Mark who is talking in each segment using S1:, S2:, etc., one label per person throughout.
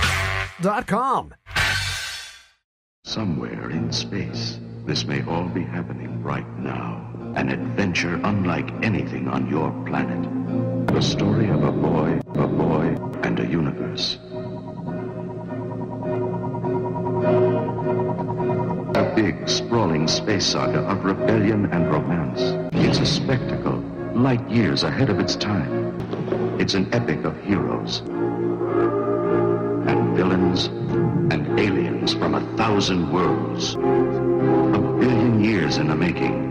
S1: WebRadioInternational.com.
S2: Somewhere in space, this may all be happening right now. An adventure unlike anything on your planet. The story of a boy, a boy, and a universe. A big, sprawling space saga of rebellion and romance. It's a spectacle, light years ahead of its time. It's an epic of heroes and villains and aliens from a thousand worlds. A billion years in the making.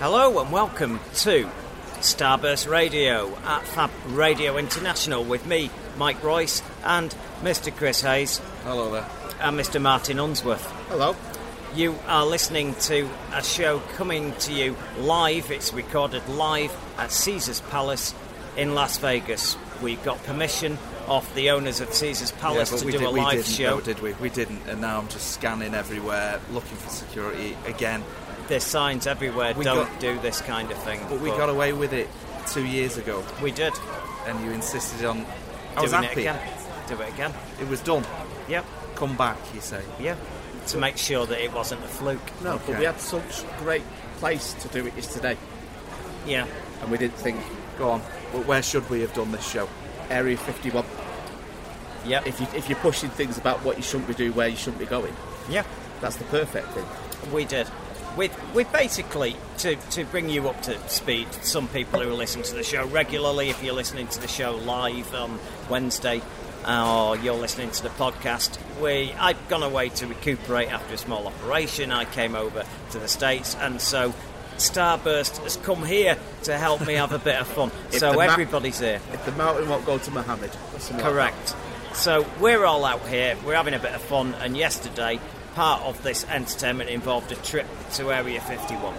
S3: Hello and welcome to Starburst Radio at Fab Radio International with me, Mike Royce, and Mr. Chris Hayes
S4: Hello there.
S3: and Mr. Martin Unsworth.
S4: Hello.
S3: You are listening to a show coming to you live. It's recorded live at Caesar's Palace in Las Vegas. We got permission off the owners of Caesar's Palace to
S4: we,
S3: do
S4: did,
S3: a live
S4: not
S3: show.
S4: did we? We didn't, and now I'm just scanning everywhere, looking for security again.
S3: There's signs everywhere.
S4: We
S3: Don't
S4: got-
S3: do this kind of thing.
S4: But we got away with it two years ago,
S3: We did.
S4: and you insisted on. I was
S3: Doing
S4: happy.
S3: it again. Do it again.
S4: It was done.
S3: Yep.
S4: Come back, you say.
S3: Yeah, to make sure that it wasn't a fluke.
S5: No,
S4: Okay.
S5: but we had such great place to do it is today,
S3: Yeah,
S5: and we didn't think
S4: Go on. But where should we have done this show?
S5: Area 51.
S3: yeah,
S5: If you if you're pushing things about what you shouldn't be doing, where you shouldn't be going,
S3: yeah.
S5: that's the perfect thing.
S3: We did. With with basically to to bring you up to speed. Some people who listen to the show regularly, if you're listening to the show live on Wednesday, uh, or you're listening to the podcast, we I've gone away to recuperate after a small operation. I came over to the states, and so. Starburst has come here to help me have a bit of fun.
S5: If
S3: so
S5: the map-
S3: everybody's here.
S5: If the mountain won't go to Muhammad, or something like
S3: Correct. So we're all out here, we're having a bit of fun, and yesterday part of this entertainment involved a trip to Area 51.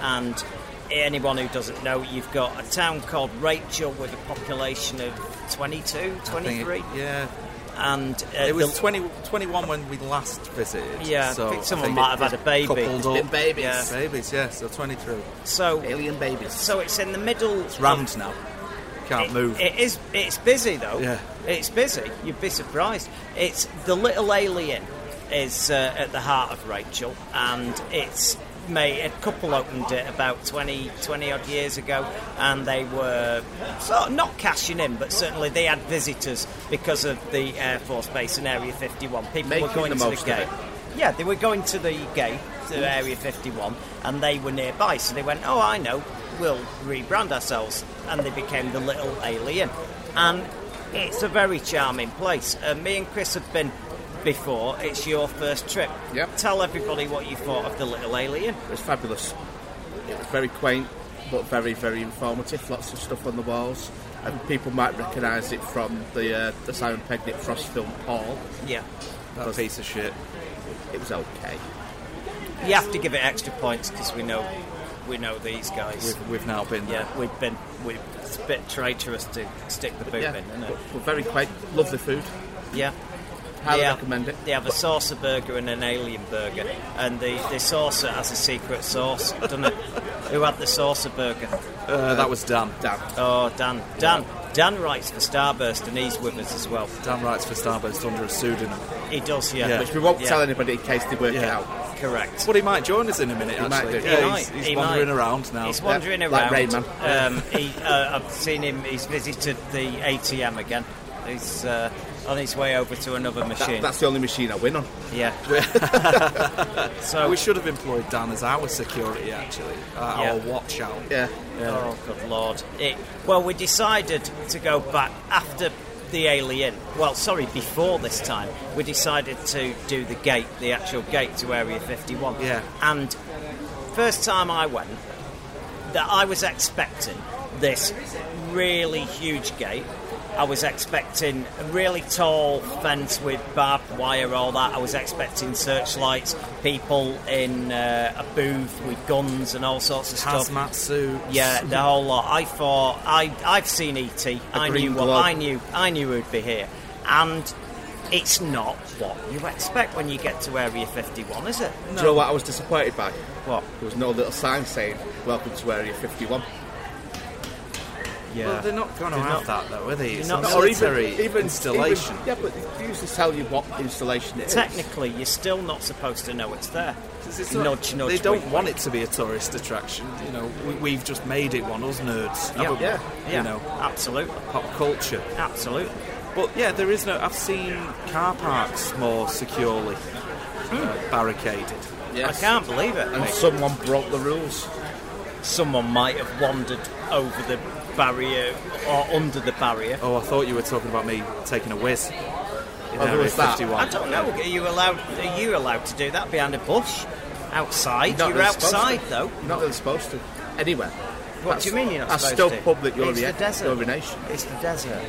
S3: And anyone who doesn't know, you've got a town called Rachel with a population of 22,
S4: I think it-
S3: 23.
S4: yeah.
S3: And uh,
S4: It was
S3: the-
S4: 20, 21 when we last visited.
S3: Yeah, I
S4: so
S3: think someone might have had a baby.
S4: Coupled
S5: been
S4: up.
S5: babies.
S4: Yeah. Babies, yeah, so 23.
S3: so
S5: that. Alien babies.
S3: so it's in the middle. It's
S4: Rammed now. Can't
S3: It-
S4: move.
S3: It is. It's busy though.
S4: Yeah.
S3: It's busy. You'd be surprised. It's the little alien
S6: is uh, at the heart of Rachel, and it's made a couple opened it about 20, 20 odd years ago, and they were sort of not cashing in, but certainly they had visitors because of the Air Force Base in Area 51. People
S5: Making
S6: were going
S5: the
S6: to
S5: most
S6: the
S5: of
S6: gate.
S5: it. Hmm.
S6: Yeah, they were going to the gate, to Area 51, and they were nearby. So they went, oh, I know, we'll rebrand ourselves. And they became the Little Alien. And it's a very charming place. Uh, me and Chris have been before. It's your first trip.
S5: Yep.
S6: Tell everybody what you thought of the Little Alien.
S5: It was fabulous. It was very quaint, but very, very informative. Lots of stuff on the walls. And people might recognise it from the uh, the Simon Pegg Nick Frost film Paul.
S6: Yeah.
S7: That piece of shit.
S5: It was okay.
S6: You have to give it extra points because we know we know these guys.
S7: We've, we've now been there.
S6: yeah, we've been we've, it's a bit traitorous to stick the boot
S5: Yeah,
S6: in, isn't it?
S5: but, but very quaint. Lovely food.
S6: Yeah.
S5: Highly
S6: They have-
S5: recommend it.
S6: They have a saucer burger and an alien burger, and the, the saucer has a secret sauce, doesn't it? Who had the saucer burger?
S7: Uh, that was Dan.
S5: Damn.
S6: Oh, Dan. Dan. Dan writes for Starburst, and he's with us as well.
S7: Dan writes for Starburst under a pseudonym.
S6: He does, yeah.
S7: Yeah.
S5: Which we won't
S6: Yeah.
S5: tell anybody in case they work it
S7: Yeah.
S5: out.
S6: Correct.
S7: But he might join us in a minute,
S5: might
S7: actually.
S5: do.
S7: Yeah,
S6: He
S7: he's,
S6: might,
S7: he's
S6: he
S7: wandering
S6: might.
S7: around now.
S6: He's wandering
S5: like
S6: around.
S5: Rain Man.
S6: Um, he, uh, I've seen him. He's visited the ATM again. He's uh, on his way over to another machine.
S5: That, that's the only machine I win on.
S6: yeah. so
S7: We should have employed Dan as our security, actually. Uh,
S6: Yeah.
S7: Our watch out.
S5: Yeah.
S6: Oh, good lord. It, well, we decided to go back after the alien. Well, sorry, before this time, we decided to do the gate, the actual gate to Area 51.
S7: Yeah.
S6: And first time I went, that I was expecting this really huge gate. I was expecting a really tall fence with barbed wire, all that. I was expecting searchlights, people in uh, a booth with guns and all sorts of stuff.
S7: Hazmat suit.
S6: Yeah, the whole lot. I thought I I've seen ET. I
S5: green
S6: knew what
S5: glove.
S6: I knew. I knew who'd be here, and it's not what you expect when you get to Area 51, is it?
S5: Do you know what I was disappointed by?
S6: What?
S5: There was no little sign saying, Welcome to Area 51.
S6: Yeah.
S7: Well, they're not going to
S6: They're
S7: have
S6: not-
S7: that, though, are they? It's
S6: not-
S7: a
S6: Or
S7: military installation.
S5: even- yeah, but they usually tell you what installation it is.
S6: Technically, you're still not supposed to know it's there.
S7: 'Cause it's not-
S6: nudge, nudge.
S7: they don't
S6: wink,
S7: want
S6: wink.
S7: it to be a tourist attraction. You know, we, we've just made it one, us nerds.
S6: Yeah.
S7: haven't we?
S5: Yeah.
S6: Yeah,
S7: You know,
S6: absolutely,
S7: pop culture.
S6: absolutely.
S7: But yeah, there is no. I've seen car parks more securely uh, barricaded.
S5: Yes.
S6: I can't believe it.
S5: And
S6: mate.
S5: someone broke the rules.
S6: Someone might have wandered over the barrier or under the barrier.
S7: Oh, I thought you were talking about me taking a whiz. In
S6: Oh,
S5: there
S7: Area
S5: was that.
S7: 51.
S6: I don't know. Are you allowed? Are you allowed to do that behind a bush, outside?
S5: Not
S6: You're
S5: really supposed
S6: outside
S5: to.
S6: though.
S5: You're not really supposed to. Anywhere.
S6: What do you mean you're not
S5: That's
S6: supposed
S5: still
S6: to?
S5: public
S6: It's the
S5: urination.
S6: desert.
S5: urination.
S6: It's the desert.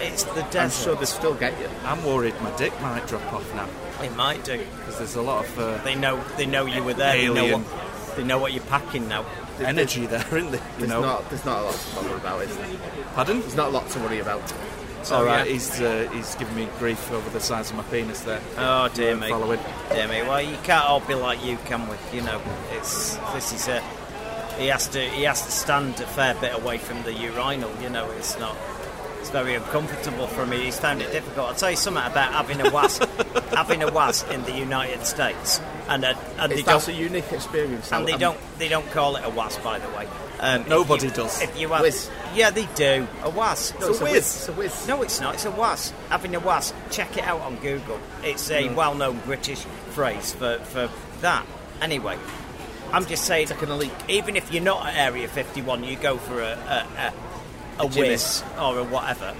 S6: It's the desert.
S5: I'm sure they still get you.
S7: I'm worried my dick might drop off now
S6: They might do.
S7: because there's a lot of uh,
S6: They know. They know you were there. They know
S7: Alien.
S6: what. They know what you're packing now.
S7: energy there, isn't there? You
S5: There's,
S7: know,
S5: not, there's not a lot to worry about, is there?
S7: pardon?
S5: There's not a lot to worry about.
S7: All right,
S6: yeah.
S7: he's uh, he's giving me grief over the size of my penis there. Uh,
S6: Oh dear me.
S7: Following.
S6: Dear me. Well, you can't all be like you, can we? You know, it's this is a. He has to. He has to stand a fair bit away from the urinal. You know, it's not. It's very uncomfortable for me. He's found it difficult. I'll tell you something about having a was, having a was in the United States, and uh, and they
S5: It's,
S6: don't
S5: that's a unique experience.
S6: And they
S5: I'm-
S6: don't they don't call it a was, by the way. Um, if
S7: Nobody
S6: you-
S7: does.
S6: If you have,
S5: Whiz.
S6: yeah, they do. A was.
S5: No, it's a whiz. It's a whiz.
S6: No, it's not. It's a was. Having a was. Check it out on Google. It's a
S5: Mm.
S6: well-known British phrase for for that. Anyway. I'm just saying,
S5: Taking a leak.
S6: even if you're not at Area 51, you go for a a, a, a,
S5: jimmy.
S6: whiz or a whatever.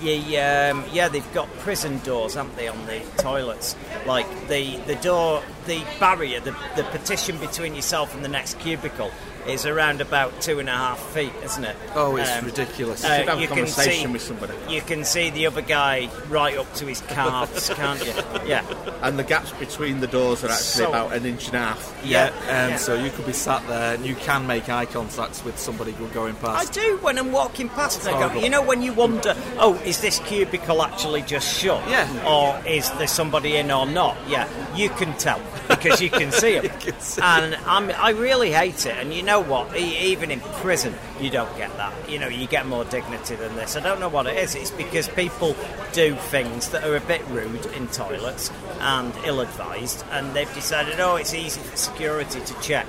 S6: Yeah, um, yeah, they've got prison doors, haven't they, on the toilets? Like the the door, the barrier, the, the partition between yourself and the next cubicle is around about two and a half feet, isn't it? Um, uh,
S7: Oh, it's ridiculous.
S5: should have a conversation with somebody.
S6: You can see the other guy right up to his calves, can't you? Yeah,
S5: And the gaps between the doors are actually
S6: So-
S5: about an inch and a half.
S6: yeah.
S7: Um,
S6: yeah.
S7: So you could be sat there and you can make eye contacts with somebody go- going
S6: I
S7: past.
S6: do when I'm walking past. And I go,
S7: horrible.
S6: you know, when you wonder, oh, is this cubicle actually just shut?
S7: Yeah.
S6: Or is there somebody in or not? Yeah, you can tell because you can see them.
S7: You can see
S6: and I'm, I really hate it. And you know, know what? E- even in prison, you don't get that. You know, you get more dignity than this. I don't know what it is. It's because people do things that are a bit rude in toilets and ill-advised, and they've decided, oh, it's easy for security to check.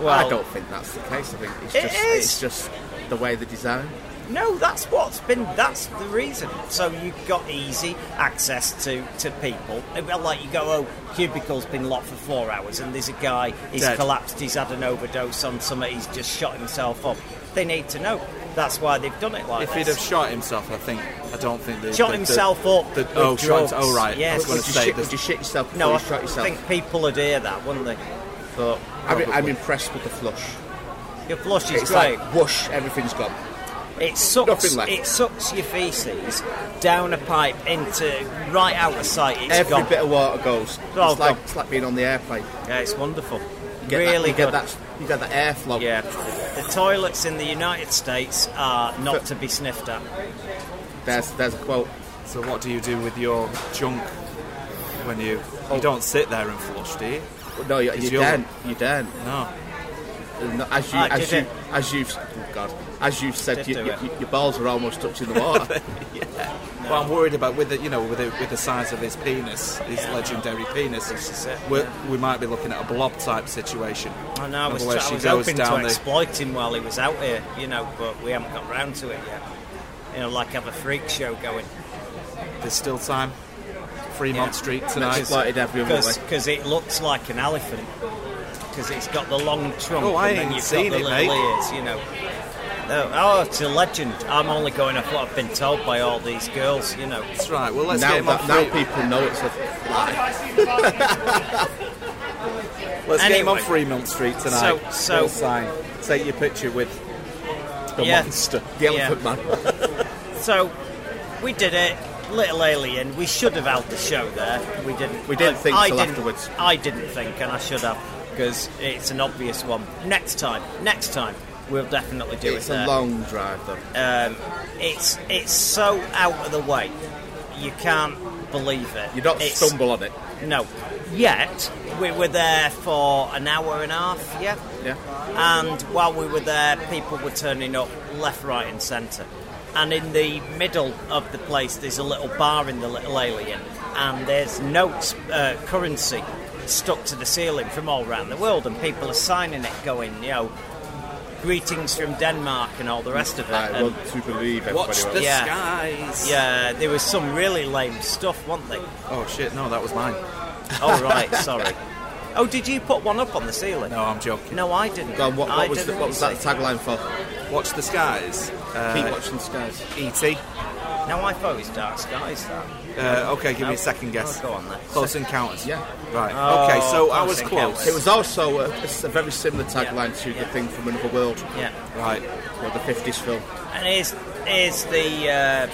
S6: Well,
S5: I don't think that's the case. I think it's
S6: It
S5: just
S6: is.
S5: it's just the way they design.
S6: No, that's what's been. That's the reason. So you've got easy access to to people. It- well, Like you go, oh, cubicle's been locked for four hours, and there's a guy. He's
S7: Dead.
S6: collapsed. He's had an overdose on something. He's just shot himself up. They need to know. That's why they've done it like
S7: If
S6: this.
S7: he'd have shot himself, I think I don't think they
S6: Shot
S7: they- they-
S6: himself up
S7: they-
S6: with
S7: oh, shot himself-
S6: drugs.
S7: oh right.
S6: Yes.
S7: I was going
S5: Would
S7: to
S5: you,
S7: say oh,
S5: shit,
S7: the-
S5: would you shit yourself before
S6: no, I
S5: you shot yourself?
S6: think people would hear that, wouldn't they?
S5: But I'm, I'm
S7: Probably.
S5: impressed with the flush.
S6: Your flush is
S5: It's
S6: great.
S5: like whoosh, everything's gone.
S6: It sucks.
S5: Nothing left.
S6: It sucks your feces down a pipe into right out of sight. It's
S5: Every
S6: gone.
S5: bit of water goes.
S6: Oh,
S5: it's, like,
S6: gone.
S5: it's like being on the airplane.
S6: Yeah, it's wonderful.
S5: You get
S6: really
S5: that, you
S6: good.
S5: Get that, you get that airflow.
S6: Yeah, the toilets in the United States are not to be sniffed at.
S5: There's there's a quote.
S7: So what do you do with your junk when you
S6: Oh.
S7: you don't sit there and flush, do you?
S5: No, you,
S7: It's
S5: you
S7: your-
S5: don't. You don't.
S7: No.
S5: And As you
S6: Ah,
S5: as
S6: did
S5: you
S6: it.
S5: as you've oh God, as you've said,
S6: Did
S5: you,
S6: do
S5: you,
S6: it.
S5: you- your balls are almost touching the water.
S7: What I'm worried about with the you know with the, with the size of his penis, his legendary penis,
S6: is it,
S7: we're- we might be looking at a blob type situation.
S6: I know. I was,
S7: Otherwise
S6: I
S7: she
S6: was
S7: goes
S6: hoping
S7: down
S6: to
S7: the-
S6: exploit him while he was out here, you know, but we haven't got round to it yet. You know, like have a freak show going
S7: There's still time. Fremont
S6: Yeah.
S7: Street
S5: I
S7: tonight.
S5: exploited every other way.
S6: because it looks like an elephant because it's got the long trunk
S7: Oh, I
S6: and then
S7: ain't
S6: you've
S7: seen
S6: got
S7: it,
S6: the little
S7: mate.
S6: ears, you know. No, oh, it's a legend. I'm only going off what I've been told by all these girls, you know.
S7: That's right. Well, let's
S5: Now
S7: get him on
S5: that, now
S7: Fre-
S5: people know it's a lie.
S7: Let's get him on
S6: Anyway.
S7: Fremont Street tonight.
S6: So- so-
S7: Little sign. Take your picture with the
S6: Yeah.
S7: monster.
S5: The
S6: Yeah.
S5: elephant man.
S6: So we did it, Little Alien. We should have held the show there. We didn't.
S5: We didn't
S6: I-
S5: think
S6: I
S5: till
S6: didn't-
S5: afterwards.
S6: I didn't think, and I should have because it's an obvious one. Next time, next time we'll definitely do
S5: It's
S6: it.
S5: a
S6: there.
S5: long drive though.
S6: It's it's so out of the way, you can't believe it.
S5: You don't
S6: It's-
S5: stumble on it.
S6: No. Yet we were there for an hour and a half. Yeah.
S5: Yeah.
S6: And while we were there, people were turning up left, right, and centre. And in the middle of the place, there's a little bar in the Little Alien, and there's notes, uh, currency stuck to the ceiling from all around the world, and people are signing it, going, you know, greetings from Denmark and all the rest of it.
S5: I
S6: And,
S5: want to believe everybody
S7: Watch
S5: else.
S7: the
S6: Yeah.
S7: skies.
S6: yeah, there was some really lame stuff, weren't they?
S7: Oh shit! No, that was mine.
S6: Oh, right, sorry. Oh, did you put one up on the ceiling?
S7: No, I'm joking.
S6: No, I didn't.
S5: Go on, what,
S6: I
S5: what, was, the,
S6: didn't
S5: what was that
S6: see.
S5: tagline for?
S7: Watch the skies.
S5: Keep
S7: Uh,
S5: watching the skies.
S7: E.T.
S6: No, I thought it was Dark Skies, that.
S7: Uh, okay, give
S6: No.
S7: me a second guess.
S6: Oh, go on then.
S7: Close Encounters.
S5: Yeah.
S7: Right.
S6: Oh,
S7: okay, so I
S6: Close
S7: was
S6: Encounters.
S7: close.
S5: It was also a, it's a very similar tagline to
S6: yeah.
S5: the thing from Another World,
S6: Yeah.
S7: right.
S5: or the 50s film.
S6: And here's, here's the uh,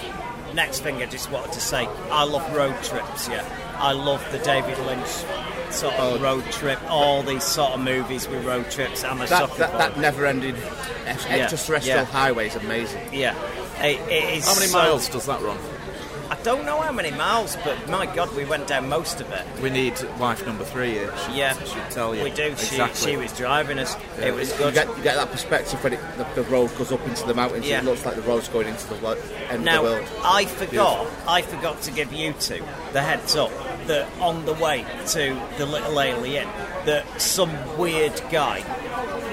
S6: next thing I just wanted to say. I love road trips, yeah. I love the David Lynch sort of
S5: Oh.
S6: road trip, all these sort of movies with road trips. I'm a
S5: That,
S6: sucker
S5: that,
S6: for
S5: that
S6: them.
S5: never ended extraterrestrial
S6: yeah.
S5: highway is amazing.
S6: Yeah. It, it is
S7: How many
S6: so-
S7: miles does that run?
S6: I don't know how many miles, but my God, we went down most of it.
S7: We need wife number three here. She,
S6: Yeah,
S7: She'd tell you.
S6: We do. She,
S7: Exactly.
S6: she was driving us.
S7: Yeah.
S6: It was
S5: You
S6: good.
S5: get, you get that perspective when it, the, the road goes up into the mountains,
S6: Yeah.
S5: it looks like the road's going into the wo- end
S6: Now,
S5: of the world.
S6: I forgot. I forgot to give you two the heads up that on the way to the little alien, that some weird guy.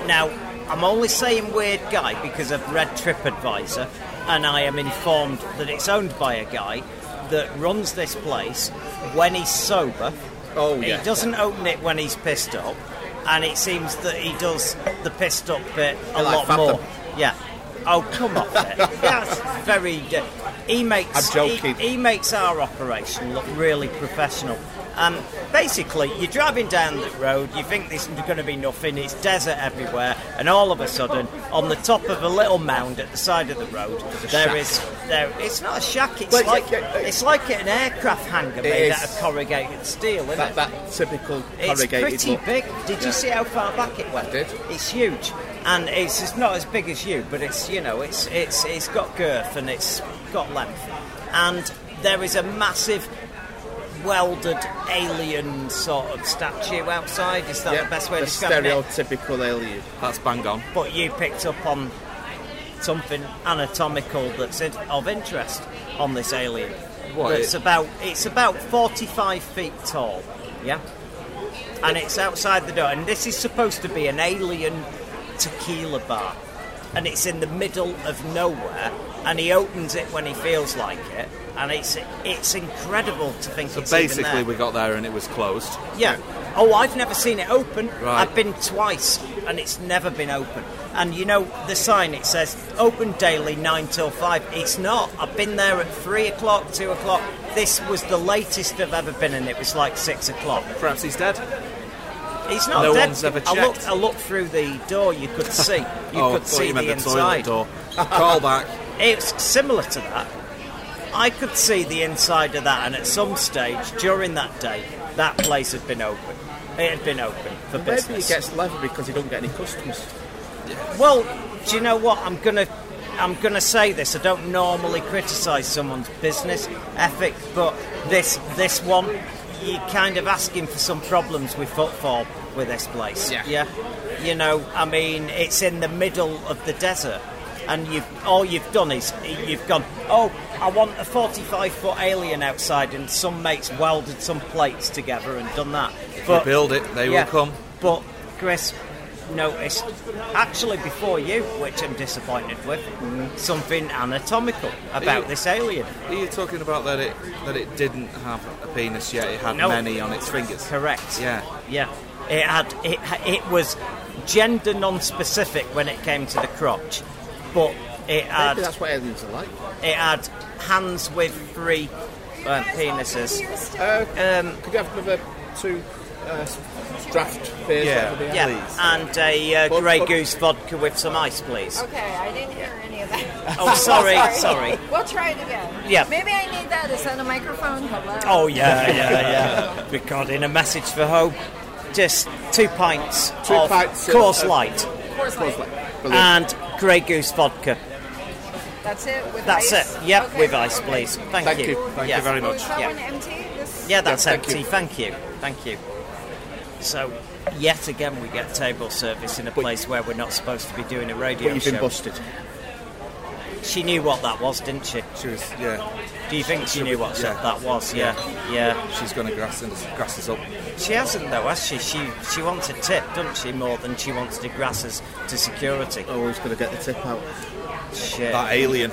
S6: Now, I'm only saying weird guy because I've read TripAdvisor, and I am informed that it's owned by a guy that runs this place when he's sober.
S5: Oh,
S6: He
S5: yeah.
S6: doesn't open it when he's pissed up, and it seems that he does the pissed up bit a
S5: Like
S6: lot
S5: Fathom.
S6: more. Yeah. Oh, come off it. That's very. d- He makes.
S5: I'm joking.
S6: He, he makes our operation look really professional. Um, basically, you're driving down the road, you think there's going to be nothing, it's desert everywhere, and all of a sudden, on the top of a little mound at the side of the road, there
S5: shack.
S6: is there. It's not a shack. It's
S5: Well,
S6: like
S5: yeah, yeah, yeah.
S6: it's like an aircraft hangar made
S5: is.
S6: out of corrugated steel, isn't
S5: That,
S6: it?
S5: that typical
S6: It's
S5: corrugated
S6: pretty
S5: look.
S6: big. Did you see how far back it went?
S5: I did.
S6: It's huge, and it's, it's not as big as you, but it's you know it's it's it's got girth and it's got length, and there is a massive welded alien sort of statue outside. Is that
S5: Yeah,
S6: the best way
S5: the
S6: to describe it?
S5: stereotypical alien.
S4: That's bang on.
S6: But you picked up on something anatomical that's in- of interest on this alien.
S4: What,
S6: It's
S4: it-
S6: about it's about forty five feet tall. Yeah, and it's outside the door. And this is supposed to be an alien tequila bar, and it's in the middle of nowhere. And he opens it when he feels like it, and it's it's incredible to think.
S4: So
S6: it's even
S4: basically,
S6: there.
S4: we got there and it was closed.
S6: Yeah. Oh, I've never seen it open.
S4: Right.
S6: I've been twice, and it's never been open. And you know the sign it says open daily nine till five. It's not. I've been there at three o'clock, two o'clock. This was the latest I've ever been, and it was like six o'clock.
S4: Perhaps he's dead.
S6: It's not
S4: No
S6: dead.
S4: one's ever
S6: I looked.
S4: checked.
S6: I looked through the door. You could see. You
S4: oh, I
S6: could
S4: thought
S6: see
S4: you meant
S6: the
S4: the toilet
S6: inside.
S4: door. Call back.
S6: It's similar to that. I could see the inside of that, and at some stage during that day, that place had been open. It had been open for business.
S5: Maybe he gets leather because he don't get any customers.
S6: Well, do you know what? I'm gonna, I'm gonna say this. I don't normally criticise someone's business ethic, but this, this one, you're kind of asking for some problems with footfall with this place.
S5: Yeah.
S6: You know, I mean, it's in the middle of the desert, and you've all you've done is you've gone. Oh, I want a 45 foot alien outside, and some mates welded some plates together and done that. But
S4: build it, they will come.
S6: But Chris noticed, actually before you, which I'm disappointed with, something anatomical about
S4: you-
S6: this alien.
S4: Are you talking about that it that it didn't have a penis yet? It had
S6: No.
S4: many on its fingers.
S6: Correct.
S4: Yeah.
S6: Yeah. It had. It. ha- It was gender non-specific when it came to the crotch, but it had.
S5: Maybe that's what aliens are like.
S6: It had hands with three uh, penises.
S5: Could you have another two uh, draft beers?
S4: Yeah.
S5: whatever they are?
S6: Yeah,
S4: Please.
S6: and a uh,
S5: But-
S6: Grey
S5: but-
S6: Goose vodka with some ice, please.
S8: Okay, I didn't hear any of that.
S6: Oh, sorry, sorry.
S8: We'll try it again.
S6: Yeah.
S8: Maybe I need that. Is that a microphone? Hello.
S6: Oh yeah, yeah, yeah. Recording a message for home. Just two pints
S5: Two
S6: of
S5: pints of-
S6: Coors
S5: of-
S6: Light
S8: Coors Light.
S5: Coors Light. Brilliant.
S6: and Grey Goose vodka.
S8: That's it. With
S6: That's
S8: ice?
S6: it. Yep,
S8: Okay,
S6: with ice,
S8: okay.
S6: please. Thank,
S5: Thank you. Thank
S6: yeah.
S4: you very
S8: Oh,
S4: much.
S8: is that
S6: Yeah.
S8: one empty? This
S6: Yeah, that's
S5: Yeah, thank
S6: empty.
S5: you.
S6: Thank you. Thank you. So, yet again, we get table service in a place where we're not supposed to be doing a radio
S5: but you've
S6: show.
S5: been busted.
S6: She knew what that was, didn't she?
S4: She was, yeah,
S6: Do you think she knew what
S4: yeah.
S6: that was? Yeah. yeah.
S4: she's going to grass us, grass us up.
S6: She hasn't though, has she? She she wants a tip, doesn't she? More than she wants to grasses to security.
S5: Oh, who's going to get the tip out?
S6: Shit.
S4: That alien,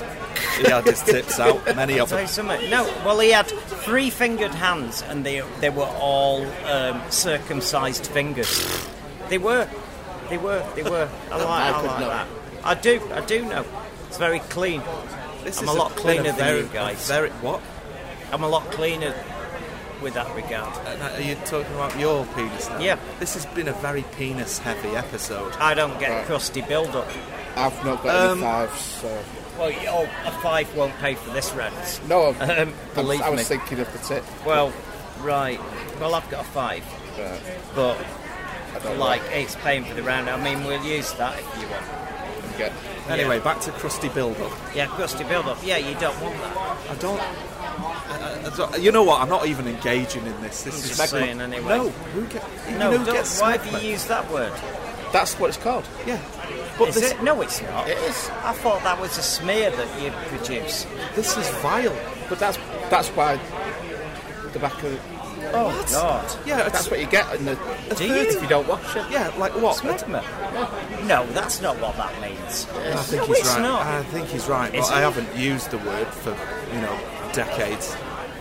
S4: he had his tips out, many of
S6: Tell you
S4: them.
S6: something. No, well, he had three fingered hands, and they they were all um, circumcised fingers. They were, they were, they were. I like,
S5: I
S6: I
S5: could
S6: like
S5: know.
S6: that. I do, I do know. It's very clean.
S4: This
S6: I'm
S4: is
S6: a lot
S4: been
S6: cleaner than
S4: very-
S6: you guys.
S4: a Very, what?
S6: I'm a lot cleaner with that regard.
S4: Uh, Are you talking about your penis now?
S6: Yeah.
S4: This has been a very penis-heavy episode.
S6: I don't get crusty build up.
S5: I've not got
S4: Um,
S5: any fives, so.
S6: Well, you- oh, a five won't pay for this rent.
S5: No,
S6: Um, believe
S5: I, was
S6: me.
S5: thinking of the tip.
S6: Well, right. Well, I've got a five,
S5: But
S6: but
S5: I don't
S6: like it's paying for the round. I mean, we'll use that if you want.
S5: like it.
S4: Anyway, back to crusty build-up.
S6: Yeah, crusty build up. Yeah, you don't want that.
S4: I don't, I, I- I don't- You know what? I'm not even engaging in this. This
S6: I'm
S4: is
S6: just
S4: making-
S6: saying anyway.
S4: No, who get,
S6: No,
S4: you know, who
S6: don't,
S4: gets
S6: why
S4: smacked
S6: have you
S4: by-
S6: used that word?
S5: That's what it's called.
S4: Yeah, but
S6: Is
S4: this
S6: it? No, it's not.
S5: It is.
S6: I thought that was a smear that you produce.
S4: this is vile.
S5: But that's that's why the back of
S6: Oh, God.
S4: Yeah, it's,
S5: that's what you get in the
S6: Do
S4: a third
S6: you?
S4: of
S5: if you don't wash it.
S4: Yeah, like what?
S6: Smegma. No, that's not what that means.
S4: I think
S6: No,
S4: he's
S6: it's
S4: right.
S6: not.
S4: I think he's right.
S6: Is
S4: but I
S6: it?
S4: haven't used the word for you know decades.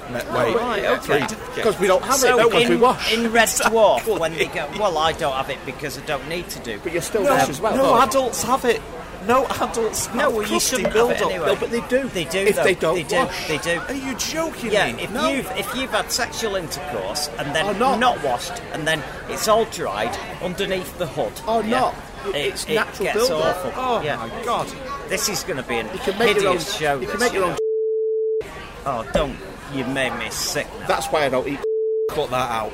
S4: Me- wait,
S6: Oh, right, okay.
S4: three decades.
S5: Because we don't have it,
S6: So
S5: no, 'cause
S6: in,
S5: we wash.
S6: in Red Dwarf, when they go, well, I don't have it because I don't need to do.
S5: but you still
S4: no,
S5: wash as well.
S4: no
S5: don't you?
S4: adults have it. No adults. Have
S6: No, well, you
S4: crusty
S6: shouldn't have
S4: build
S6: it
S4: up.
S6: anyway.
S5: No, but they do.
S6: They do.
S5: If
S6: though.
S5: they don't
S6: they do.
S5: wash.
S6: They do.
S4: Are you joking
S6: Yeah,
S4: me?
S6: if
S4: no.
S6: you've if you've had sexual intercourse and then
S5: Or Oh, not.
S6: washed and then it's all dried underneath the hood.
S5: Or
S6: yeah,
S5: Oh, not. It's
S6: it,
S5: natural
S6: It gets
S5: build-up.
S6: awful.
S4: Oh
S6: yeah.
S4: my god!
S6: This is going to be an
S5: You can make your own.
S6: hideous show.
S5: you can
S6: this.
S5: make your own.
S6: Oh, don't. You made me sick now.
S5: That's why I don't eat.
S4: Cut that out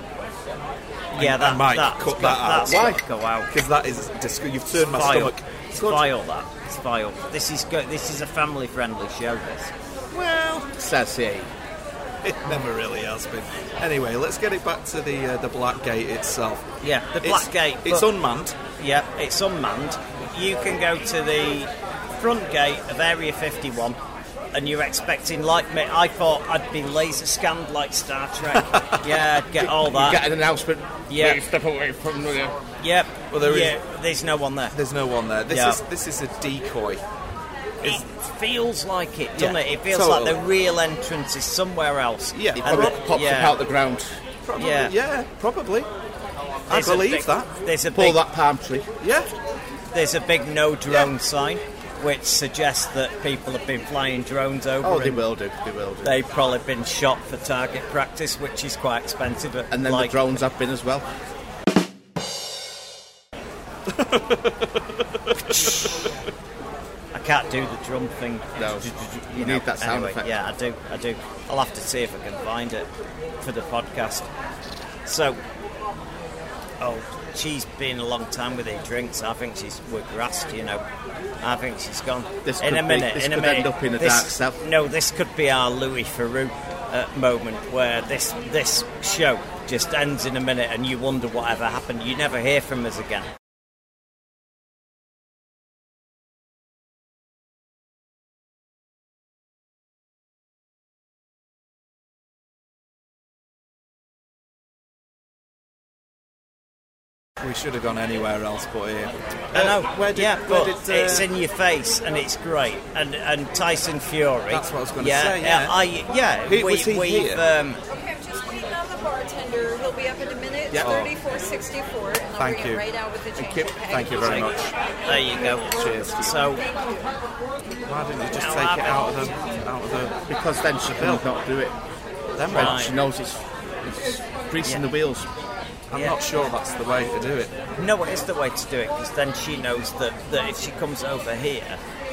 S6: yeah, that,
S4: and Mike,
S6: that's
S4: cut
S6: got-
S4: that out.
S6: that's
S5: Why?
S6: got to go out.
S4: because that is disgusting. You've turned my
S6: Vile.
S4: stomach.
S6: It's vile, that. It's vile. This is, go- this is a family friendly show, this.
S5: Well, sassy.
S4: it never really has been. Anyway, let's get it back to the uh, the Black Gate itself.
S6: Yeah, the
S4: It's-
S6: Black Gate,
S4: It's
S6: but-
S4: unmanned.
S6: Yeah, it's unmanned. You can go to the front gate of Area 51, and you're expecting, like me, I thought I'd be laser scanned like Star Trek. yeah, I'd get all
S5: You get
S6: that.
S5: an announcement.
S6: Yeah.
S5: "Please Step away from the.
S6: Yep.
S4: Well, there is-
S6: yeah, there's no one there.
S4: There's no one there. This
S6: Yeah.
S4: is this is a decoy.
S6: It feels like it, doesn't
S4: Yeah,
S6: it? It feels
S4: totally.
S6: like the real entrance is somewhere else.
S4: Yeah,
S6: And
S5: Probably
S6: the-
S5: pops
S6: yeah,
S5: up out the ground.
S4: Probably,
S6: Yeah.
S4: yeah. probably. I
S6: there's a
S4: believe
S6: big-
S4: that.
S6: There's a
S5: Pull
S6: big
S5: that palm tree.
S4: Yeah,
S6: There's a big no drone
S4: Yeah.
S6: sign, which suggests that people have been flying drones over.
S5: Oh, they
S6: and
S5: will do. They will do.
S6: They've probably been shot for target practice, which is quite expensive. at,
S5: And then
S6: like,
S5: the drones have been as well.
S6: I can't do the drum thing.
S5: No,
S6: You
S5: you
S6: know,
S5: need that sound
S6: anyway,
S5: effect.
S6: Yeah, I do. I do. I'll have to see if I can find it for the podcast. So, oh, she's been a long time with her drinks. I think she's we're grassed, you know. I think she's gone.
S5: This
S6: in
S5: could
S6: a
S5: be-
S6: minute,
S5: this
S6: in a
S5: could
S6: minute,
S5: end up in a
S6: this-
S5: dark cell.
S6: No, this could be our Louis Farou uh, moment where this this show just ends in a minute, and you wonder whatever happened. You never hear from us again.
S4: we should have gone anywhere else but here.
S6: I know.
S4: Uh, Where did,
S6: yeah,
S4: where
S6: but
S4: did, uh,
S6: it's in your face and it's great. And and Tyson Fury.
S4: That's what I was gonna
S6: yeah,
S4: say, yeah.
S6: I, yeah.
S4: He-
S6: we,
S4: was he
S6: we've,
S4: here?
S6: Um,
S8: Okay, I'm just waiting on the bartender. He'll be up in a minute. It's
S4: Yeah.
S8: 3464, and I'll
S4: Thank
S8: bring it
S4: you.
S8: right out with the change
S4: you.
S8: of package.
S4: Thank you very much.
S6: there you go.
S4: Cheers.
S6: So
S4: why didn't you just
S6: Now
S4: take
S6: I've-
S4: it out of the out of the
S5: Because then she can not do it.
S4: them
S5: And
S6: Right.
S5: she knows it's, it's greasing
S6: Yeah.
S5: the wheels.
S4: I'm
S6: Yeah.
S4: not sure that's the way to do it.
S6: no, it is the way to do it because then she knows that, that if she comes over here,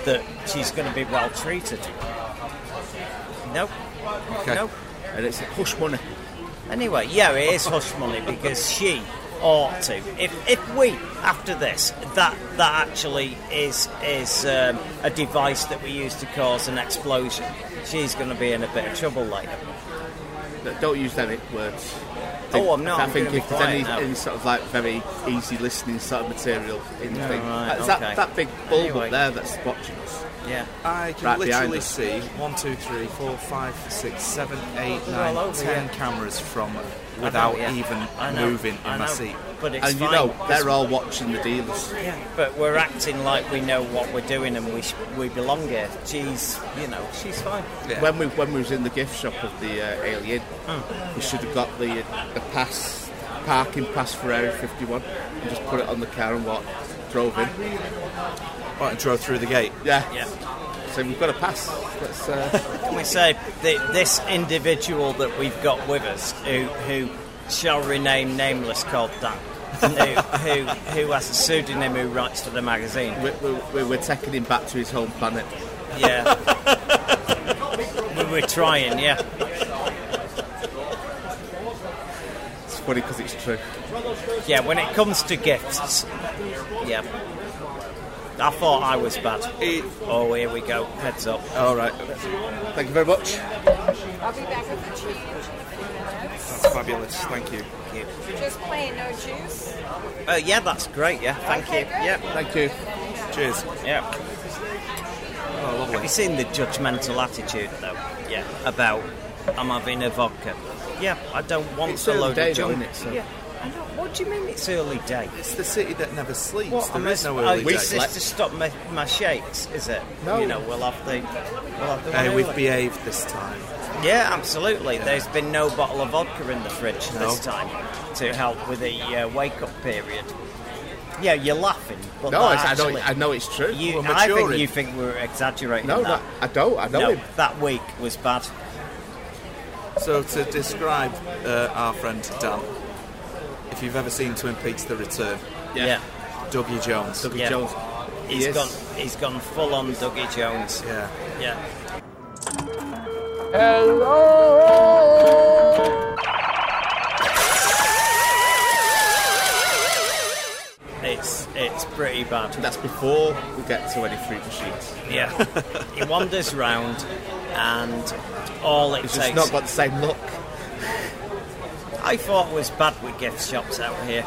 S6: that she's going to be well treated. No,
S4: Okay.
S6: no.
S5: And it's hush money.
S6: Anyway, yeah, it is hush money because she ought to. If, if we after this, that that actually is is um, a device that we use to cause an explosion. She's going to be in a bit of trouble later.
S5: But Don't use any words.
S6: Oh, I'm not.
S5: I
S6: I'm
S5: think
S6: gonna be
S5: if there's
S6: quiet
S5: any,
S6: now.
S5: any sort of like very easy listening sort of material in the
S4: Yeah,
S5: thing,
S6: right,
S5: that's
S6: okay.
S5: that, that big bulb
S6: Anyway.
S5: up there that's watching us.
S6: Yeah.
S4: I can
S5: Right behind
S4: literally
S5: us.
S4: see one, two, three, four, five, six, seven, eight,
S6: they're
S4: nine,
S6: all
S4: ten
S6: over, yeah.
S4: cameras from
S6: I
S4: without
S6: know, yeah. I
S4: even
S6: know,
S4: moving
S6: I
S4: in my
S6: know,
S4: seat.
S6: But it's
S5: And you
S6: fine.
S5: know, they're all watching the dealers.
S6: Yeah, but we're acting like we know what we're doing and we sh- we belong here. She's, you know, she's fine.
S4: Yeah.
S5: When we when we was in the gift shop of the uh, Alien,
S6: Hmm.
S5: we should have got the the pass parking pass for Area 51 and just put it on the car and what drove in.
S4: Right, and drove through the gate.
S5: Yeah.
S6: Yeah.
S5: So we've got a pass. Let's, uh,
S6: Can we say that this individual that we've got with us, who who shall remain nameless, called Dan, who, who who has a pseudonym who writes for the magazine?
S5: we, we, we, we're taking him back to his home planet.
S6: Yeah, we were trying. Yeah,
S5: It's funny because it's true.
S6: yeah. When it comes to gifts, yeah. I thought I was bad.
S4: It-
S6: Oh, here we go. Heads up.
S4: All right,
S5: Thank you very much.
S8: I'll be back with the change in a few minutes.
S4: fabulous. Thank you.
S8: Just plain, no juice.
S6: Oh, yeah, that's great. Yeah, thank
S8: Okay,
S6: you.
S8: great.
S6: Yeah,
S5: Thank you.
S8: uh,
S4: Cheers.
S6: yeah.
S4: Oh,
S6: Have
S4: lovely.
S6: you seen the judgmental attitude though? Yeah. About I'm having a vodka. Yeah, I don't want
S5: It's
S6: a
S5: early
S6: load
S5: day,
S6: of junk.
S5: isn't it, so-
S6: Yeah. I know. What do you mean it's early day?
S4: It's the city that never sleeps.
S6: What,
S4: there
S6: I'm
S4: is
S6: just-
S4: no
S6: oh,
S4: early
S6: is
S4: day.
S6: this
S5: Like-
S6: to stop my, my shakes, is it?
S5: No.
S6: You know, we'll have the. We'll have the
S4: Hey,
S6: one
S4: uh, we've
S6: early.
S4: behaved this time.
S6: Yeah, absolutely. There's been no bottle of vodka in the fridge
S4: No.
S6: this time to help with the uh, wake up period. Yeah, you're laughing, but
S5: No,
S6: that
S5: I, I know.
S6: actually-
S5: I know it's true.
S6: You,
S4: We're
S6: I think
S4: maturing.
S6: you think we're exaggerating.
S5: no,
S6: that.
S5: that, I don't. I know
S6: no,
S5: him.
S6: that week was bad.
S4: So to describe uh, our friend Dan, if you've ever seen Twin Peaks: The Return,
S6: Yeah.
S4: Dougie Jones.
S5: Dougie
S6: Yeah.
S5: Jones.
S6: He's
S5: Yes.
S6: gone. He's gone full on Dougie Jones.
S4: Yeah.
S6: Yeah. Hello. It's It's pretty bad.
S5: That's before we get to any fruit machines.
S6: Yeah, he wanders round, and all it
S5: It's just
S6: takes.
S5: not got the same look.
S6: I thought was bad with gift shops out here,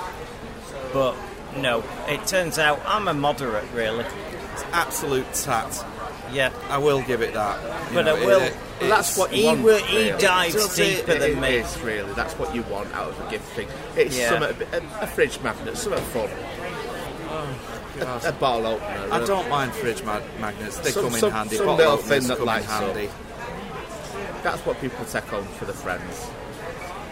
S6: but no. It turns out I'm a moderate, really.
S4: It's absolute tat.
S6: Yeah,
S4: I will give it that. You
S6: But
S4: know,
S6: I will-
S5: Well, that's what you
S6: he
S5: want.
S6: will- he
S5: really.
S6: dives
S5: Does it-
S6: deeper
S5: it-
S6: than me.
S5: It is really. That's what you want out of a gift thing. It's
S6: Yeah.
S5: some a, bit- a, a fridge magnet, some fun.
S6: Oh,
S5: a, a bottle opener.
S4: I don't mind fridge mag- magnets. They
S5: Some-
S4: come in
S5: some-
S4: handy.
S5: some
S4: Bottle
S5: little
S4: openers
S5: thing that
S4: come in
S5: lights up.
S4: handy.
S5: That's what people take home for the friends,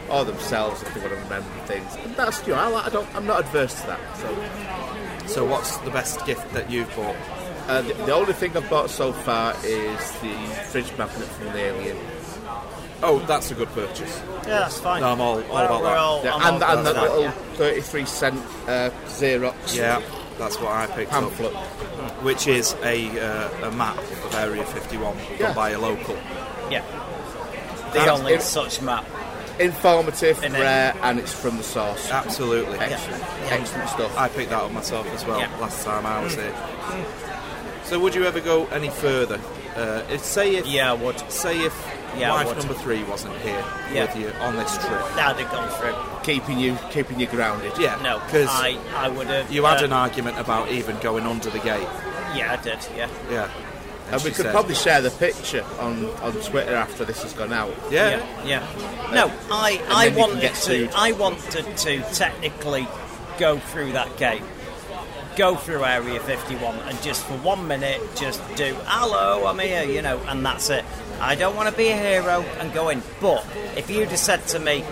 S5: or themselves if they want to remember things. And that's you know, I, like- I don't. I'm not adverse to that. So
S4: So what's the best gift that you've bought?
S5: uh, the, the only thing I've bought so far is the fridge magnet from the Alien,
S4: Oh, that's a good purchase.
S6: yeah, that's fine.
S4: No, I'm all- all
S6: We're-
S4: about
S6: we're
S4: that.
S6: all-
S5: Yeah,
S6: Oh, I'm
S5: and,
S6: all
S5: and
S6: about
S5: that
S6: that,
S5: little
S6: yeah.
S5: 33 cent uh, Xerox
S4: Yeah, that's what I picked
S5: pamphlet.
S4: up, which is a uh, a map of Area 51
S5: Yeah.
S4: done by a local.
S6: Yeah, the
S5: That's
S6: only
S5: it.
S6: such map.
S5: Informative,
S6: And then- Ah,
S5: rare, and it's from the source.
S4: Absolutely.
S5: Excellent, excellent stuff.
S4: I picked that up myself as well
S6: Yeah. Mm.
S4: last time I was here. So would you ever go any further? Uh, if say if
S6: Yeah, I would.
S4: say if
S6: Yeah, I
S4: wife
S6: would.
S4: number three wasn't here
S6: Yeah.
S4: with you on this trip.
S6: That'd have gone through.
S5: keeping you keeping you grounded.
S4: Yeah,
S6: No,
S4: because
S6: I, I would have.
S4: you had
S6: uh,
S4: an argument about even going under the gate.
S6: Yeah, I did. Yeah,
S4: Yeah,
S5: And we
S4: she
S5: could
S4: said-
S5: probably share the picture on, on Twitter after this has gone out.
S4: yeah.
S6: yeah, yeah. No, I, I
S5: then you can
S6: wanted
S5: get
S6: to.
S5: sued.
S6: I wanted to technically go through that gate, go through Area 51, and just for one minute, just do "Hello, I'm here," you know, and that's it. I don't want to be a hero and go in. But if you'd have said to me,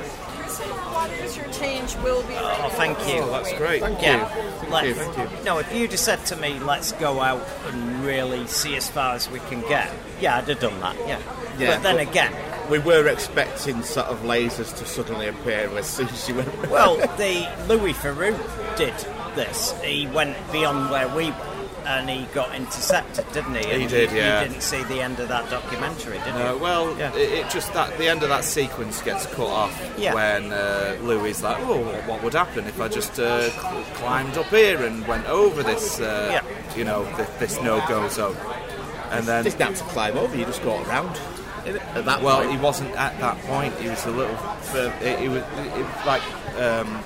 S8: Waters, your change will be.
S6: "Oh, thank you,"
S4: That's great.
S5: Thank
S6: Yeah.
S5: you. Thank
S6: Let's,
S5: you.
S6: No, if you just said to me, let's go out and really see as far as we can get, yeah, I'd have done that, yeah.
S5: Yeah,
S6: but then
S5: but-
S6: again,
S5: We were expecting sort of lasers to suddenly appear as soon as you went.
S6: well, the Louis Farou did this. He went beyond where we were and he got intercepted, didn't he? And
S4: did,
S6: you-
S4: yeah.
S6: You didn't see the end of that documentary, did
S4: Uh,
S6: you?
S4: well,
S6: Yeah.
S4: it, it just that the end of that sequence gets cut off
S6: Yeah.
S4: when uh, Lou is like, "Oh, what, what would happen if I just uh, cl- climbed up here and went over this, uh,
S6: Yeah.
S4: you know, this, this no-go zone?" And then,
S5: It's not to climb over, you just go around. At that
S4: well,
S5: point.
S4: he wasn't at that point. He was a little, fur- it, it was it, was like um,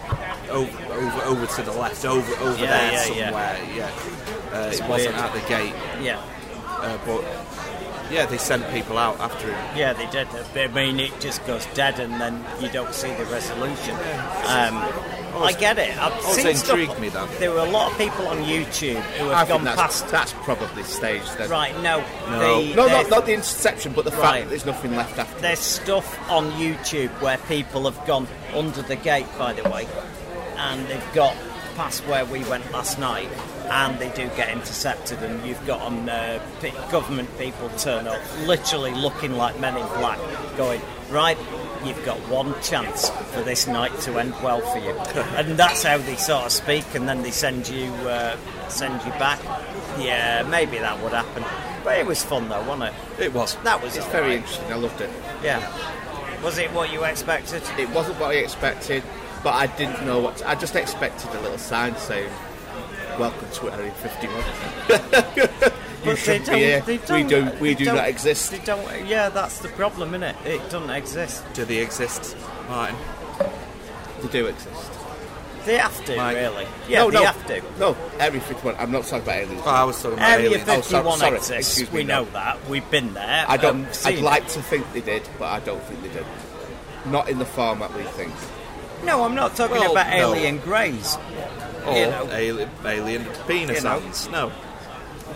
S4: over, over over to the left, over over
S6: Yeah,
S4: there
S6: yeah, yeah.
S4: somewhere. Yeah, Uh, it
S6: weird.
S4: wasn't at the gate,
S6: yeah.
S4: uh, but yeah, they sent people out after him.
S6: Yeah, they did. I mean, it just goes dead and then you don't see the resolution. Um, I get it. I've
S4: Always
S6: seen stuff-
S4: intrigued me, though.
S6: There were a lot of people on YouTube who
S5: I
S6: have
S5: think
S6: gone
S5: that's,
S6: past
S5: that's probably staged then.
S6: Right, no.
S4: No.
S6: The,
S5: No,
S6: there's,
S5: not, not the interception, but the fact
S6: Right.
S5: that there's nothing left after.
S6: there's stuff on YouTube where people have gone under the gate, by the way, and they've got past where we went last night, and they do get intercepted, and you've got on uh, p- government people turn up, literally looking like men in black, going, right, you've got one chance for this night to end well for you. and that's how they sort of speak, and then they send you, uh, send you back. Yeah, maybe that would happen. But it was fun though, wasn't it?
S4: It was.
S6: That was
S5: It's
S6: all
S5: very
S6: right.
S5: interesting, I loved it.
S6: Yeah. Was it what you expected?
S5: It wasn't what I expected, but I didn't know what. To, I just expected a little sign saying, Welcome to Area 51. you
S6: But they
S5: should be
S6: don't-
S5: here.
S6: they
S5: We,
S6: don't-
S5: do, we
S6: they
S5: do
S6: don't-
S5: not exist.
S6: They don't. Yeah, that's the problem, isn't it? It doesn't exist.
S4: Do they exist, Martin?
S5: They do exist.
S6: They have to,
S4: Like-
S6: really. Yeah,
S5: no,
S6: they
S5: no,
S6: have to.
S5: no. Area 51. I'm not talking about aliens.
S4: Oh, I was talking about
S6: Area
S4: aliens.
S5: Oh, sorry,
S6: 51
S5: sorry,
S6: exists.
S5: excuse me,
S6: We
S5: no.
S6: know that. We've been there.
S5: I don't.
S6: um,
S5: I'd
S6: seen
S5: like to think they did, but I don't think they did. Not in the format we think.
S6: it. No, I'm not talking
S4: Well,
S6: about
S4: no.
S6: alien greys.
S4: or
S6: you know.
S4: ali- oh, alien penis
S6: You know.
S4: ants. No,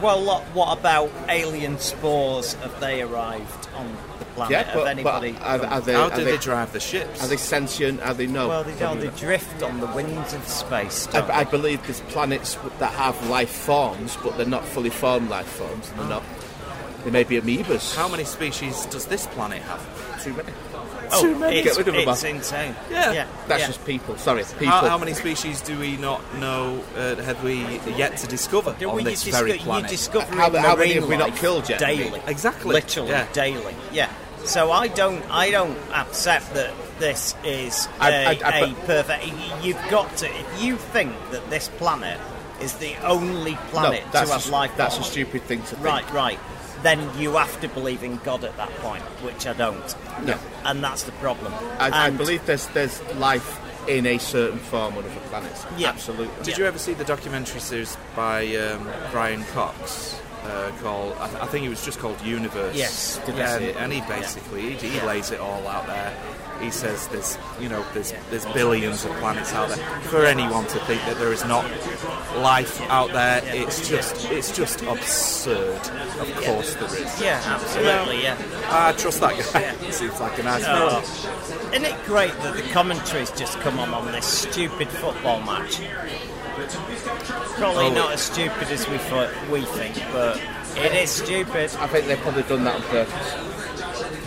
S6: Well, what, what about alien spores? Have they arrived on the planet?
S5: Yeah,
S6: have
S5: but, but
S6: anybody?
S5: are, are they?
S4: how
S5: Are
S4: do they,
S5: they,
S4: drive the ships?
S5: are they sentient? Are they no?
S6: well, they don't. They drift on the winds of space. don't
S5: I, I believe there's planets that have life forms, but they're not fully formed life forms. and They're not. They may be amoebas.
S4: how many species does this planet have?
S5: Too many.
S6: Oh,
S5: Too many.
S6: It's,
S5: Get rid of them.
S6: it's
S5: all.
S6: insane.
S4: Yeah.
S6: yeah
S5: That's
S6: yeah.
S5: just people. Sorry, people.
S4: How, how many species do we not know? Uh, have we yet to discover
S6: Do
S4: on
S6: we- you
S4: this very
S6: disco-
S4: planet?
S6: You discover
S5: How- how
S6: marine
S5: many have we not
S6: life
S5: killed yet?
S6: Daily,
S4: Exactly.
S6: literally
S4: Yeah.
S6: daily. Yeah. So I don't, I don't accept that this is
S5: I-
S6: a
S5: I- I-
S6: a perfect. You've got to. If you think that this planet is the only planet
S5: no,
S6: to
S5: that's,
S6: have
S5: a,
S6: life.
S5: that's
S6: on.
S5: a stupid thing to think.
S6: Right, right. Then you have to believe in God at that point, which I don't.
S5: No.
S6: And that's the problem.
S5: I,
S6: and
S5: I believe there's there's life in a certain form on other planets.
S6: Yeah.
S5: Absolutely.
S4: Did you ever see the documentary series by um, Brian Cox uh, called? I, th- I think it was just called Universe.
S6: Yes,
S5: did I
S4: Um,
S5: see it?
S4: And he basically he, he lays it all out there. He says there's you know there's there's billions of planets out there for anyone to think that there is not life out there. It's just it's just absurd. Of course there is.
S6: yeah, absolutely, yeah.
S4: I trust that guy. He Seems like a nice
S6: Oh.
S4: man.
S6: Isn't it great that the commentary's just come on on this stupid football match? Probably
S4: Oh.
S6: not as stupid as we thought, we think, but it is stupid.
S5: I think they've probably done that on purpose.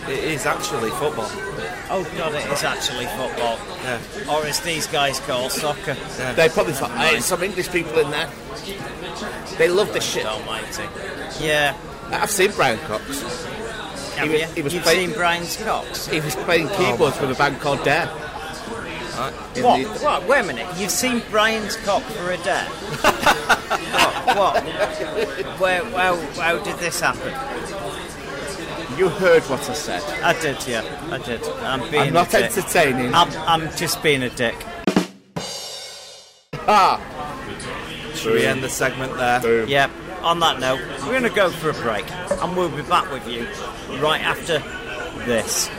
S4: It is actually football.
S6: Oh god, it is actually football,
S4: Yeah.
S6: or as these guys call soccer.
S5: They probably thought, hey, there's some English people in there. They love this shit.
S6: Almighty. Yeah.
S5: I've seen Brian Cox.
S6: Have
S5: was-
S6: you?
S5: he was
S6: You've
S5: playing-
S6: seen Brian's Cox.
S5: He was playing keyboards with a band called Dare. In
S6: What?
S5: the-
S6: What? Wait a minute. You've seen Brian's cock for a day? what? What? Where, how, how did this happen?
S5: you heard what I said.
S6: I did, yeah. I did. I'm being
S5: I'm not
S6: a dick.
S5: entertaining.
S6: I'm, I'm just being a dick.
S5: Ah,
S4: Should we end the segment there?
S6: Yeah. On that note, we're going to go for a break and we'll be back with you right after this.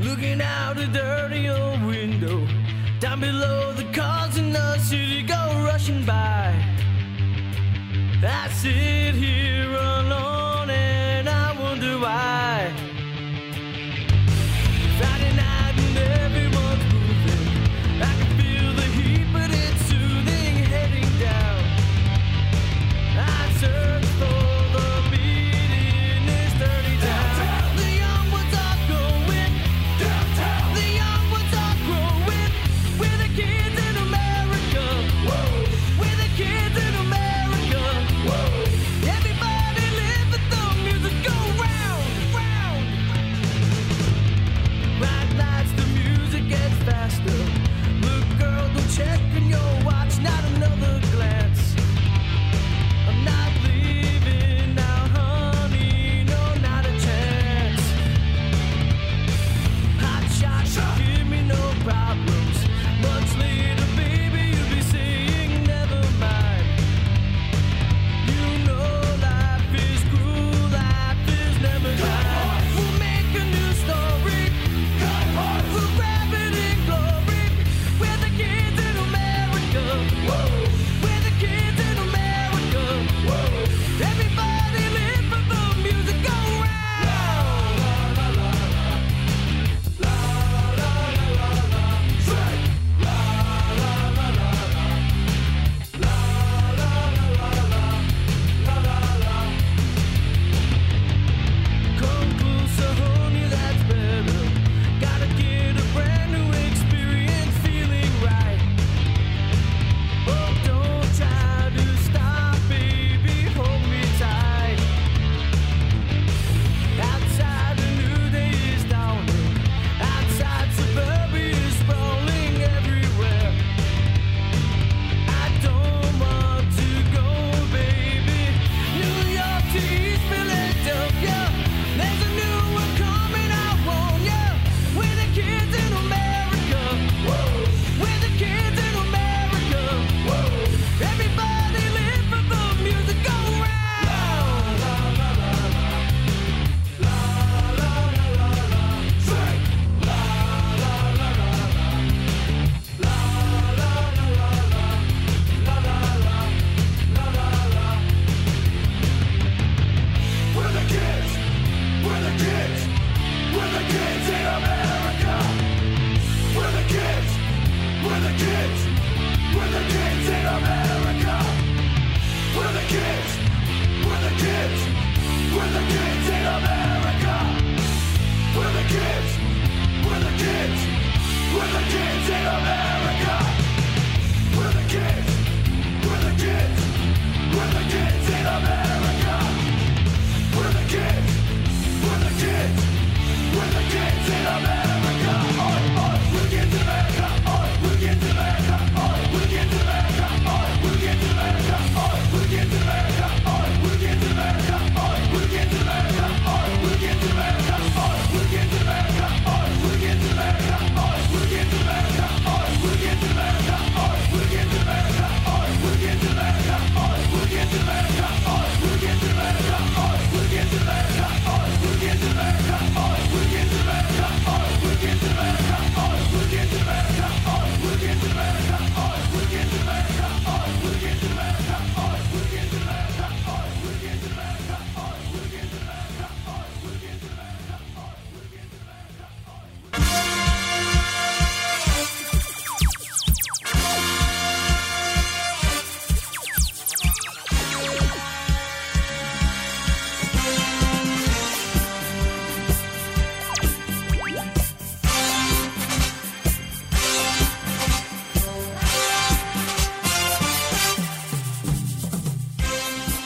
S3: Looking out a dirty old window. Down below, the cars in the city go rushing by. I sit here alone and I wonder why. Friday night and everyone's moving. I can feel the heat, but it's soothing, heading down. I search for the beat in this dirty town. The young ones are going the young ones are growing. We're the kids in America. We're the kids in America. Everybody live the music go round, round. Bright lights, the music gets faster. Look, girl, don't check on your watch, not another glance. I'm not leaving now, honey. No, not a chance. Hot shot, give me no problems. Much later, baby, you'll be saying never mind. You know life is cruel, life is never kind. We'll make a new story. We'll grab it in glory. We're the kids in America. We're the kids in America. Everybody live for the music, go round. Come closer, honey, that's better. Gotta get a brand new experience, feeling right. Oh, don't try to stop, baby, hold me tight. Outside, a new day is dawning. Outside, suburbia is sprawling everywhere. I don't want to go, baby. New York to East Philadelphia. There's a new one coming, I warn ya. We're the kids in America. We're the kids in America. Everybody live for the music, go round.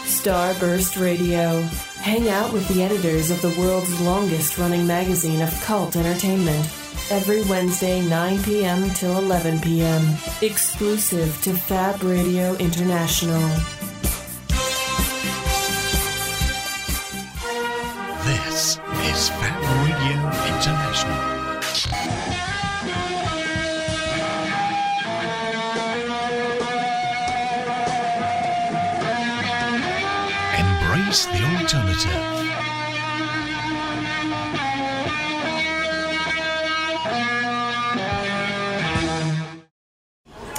S9: Starburst Radio. Hang out with the editors of the world's longest running magazine of cult entertainment. Every Wednesday, 9 p.m. till 11 p.m. Exclusive to Fab Radio International.
S10: This is Fab Radio International. Embrace the alternative.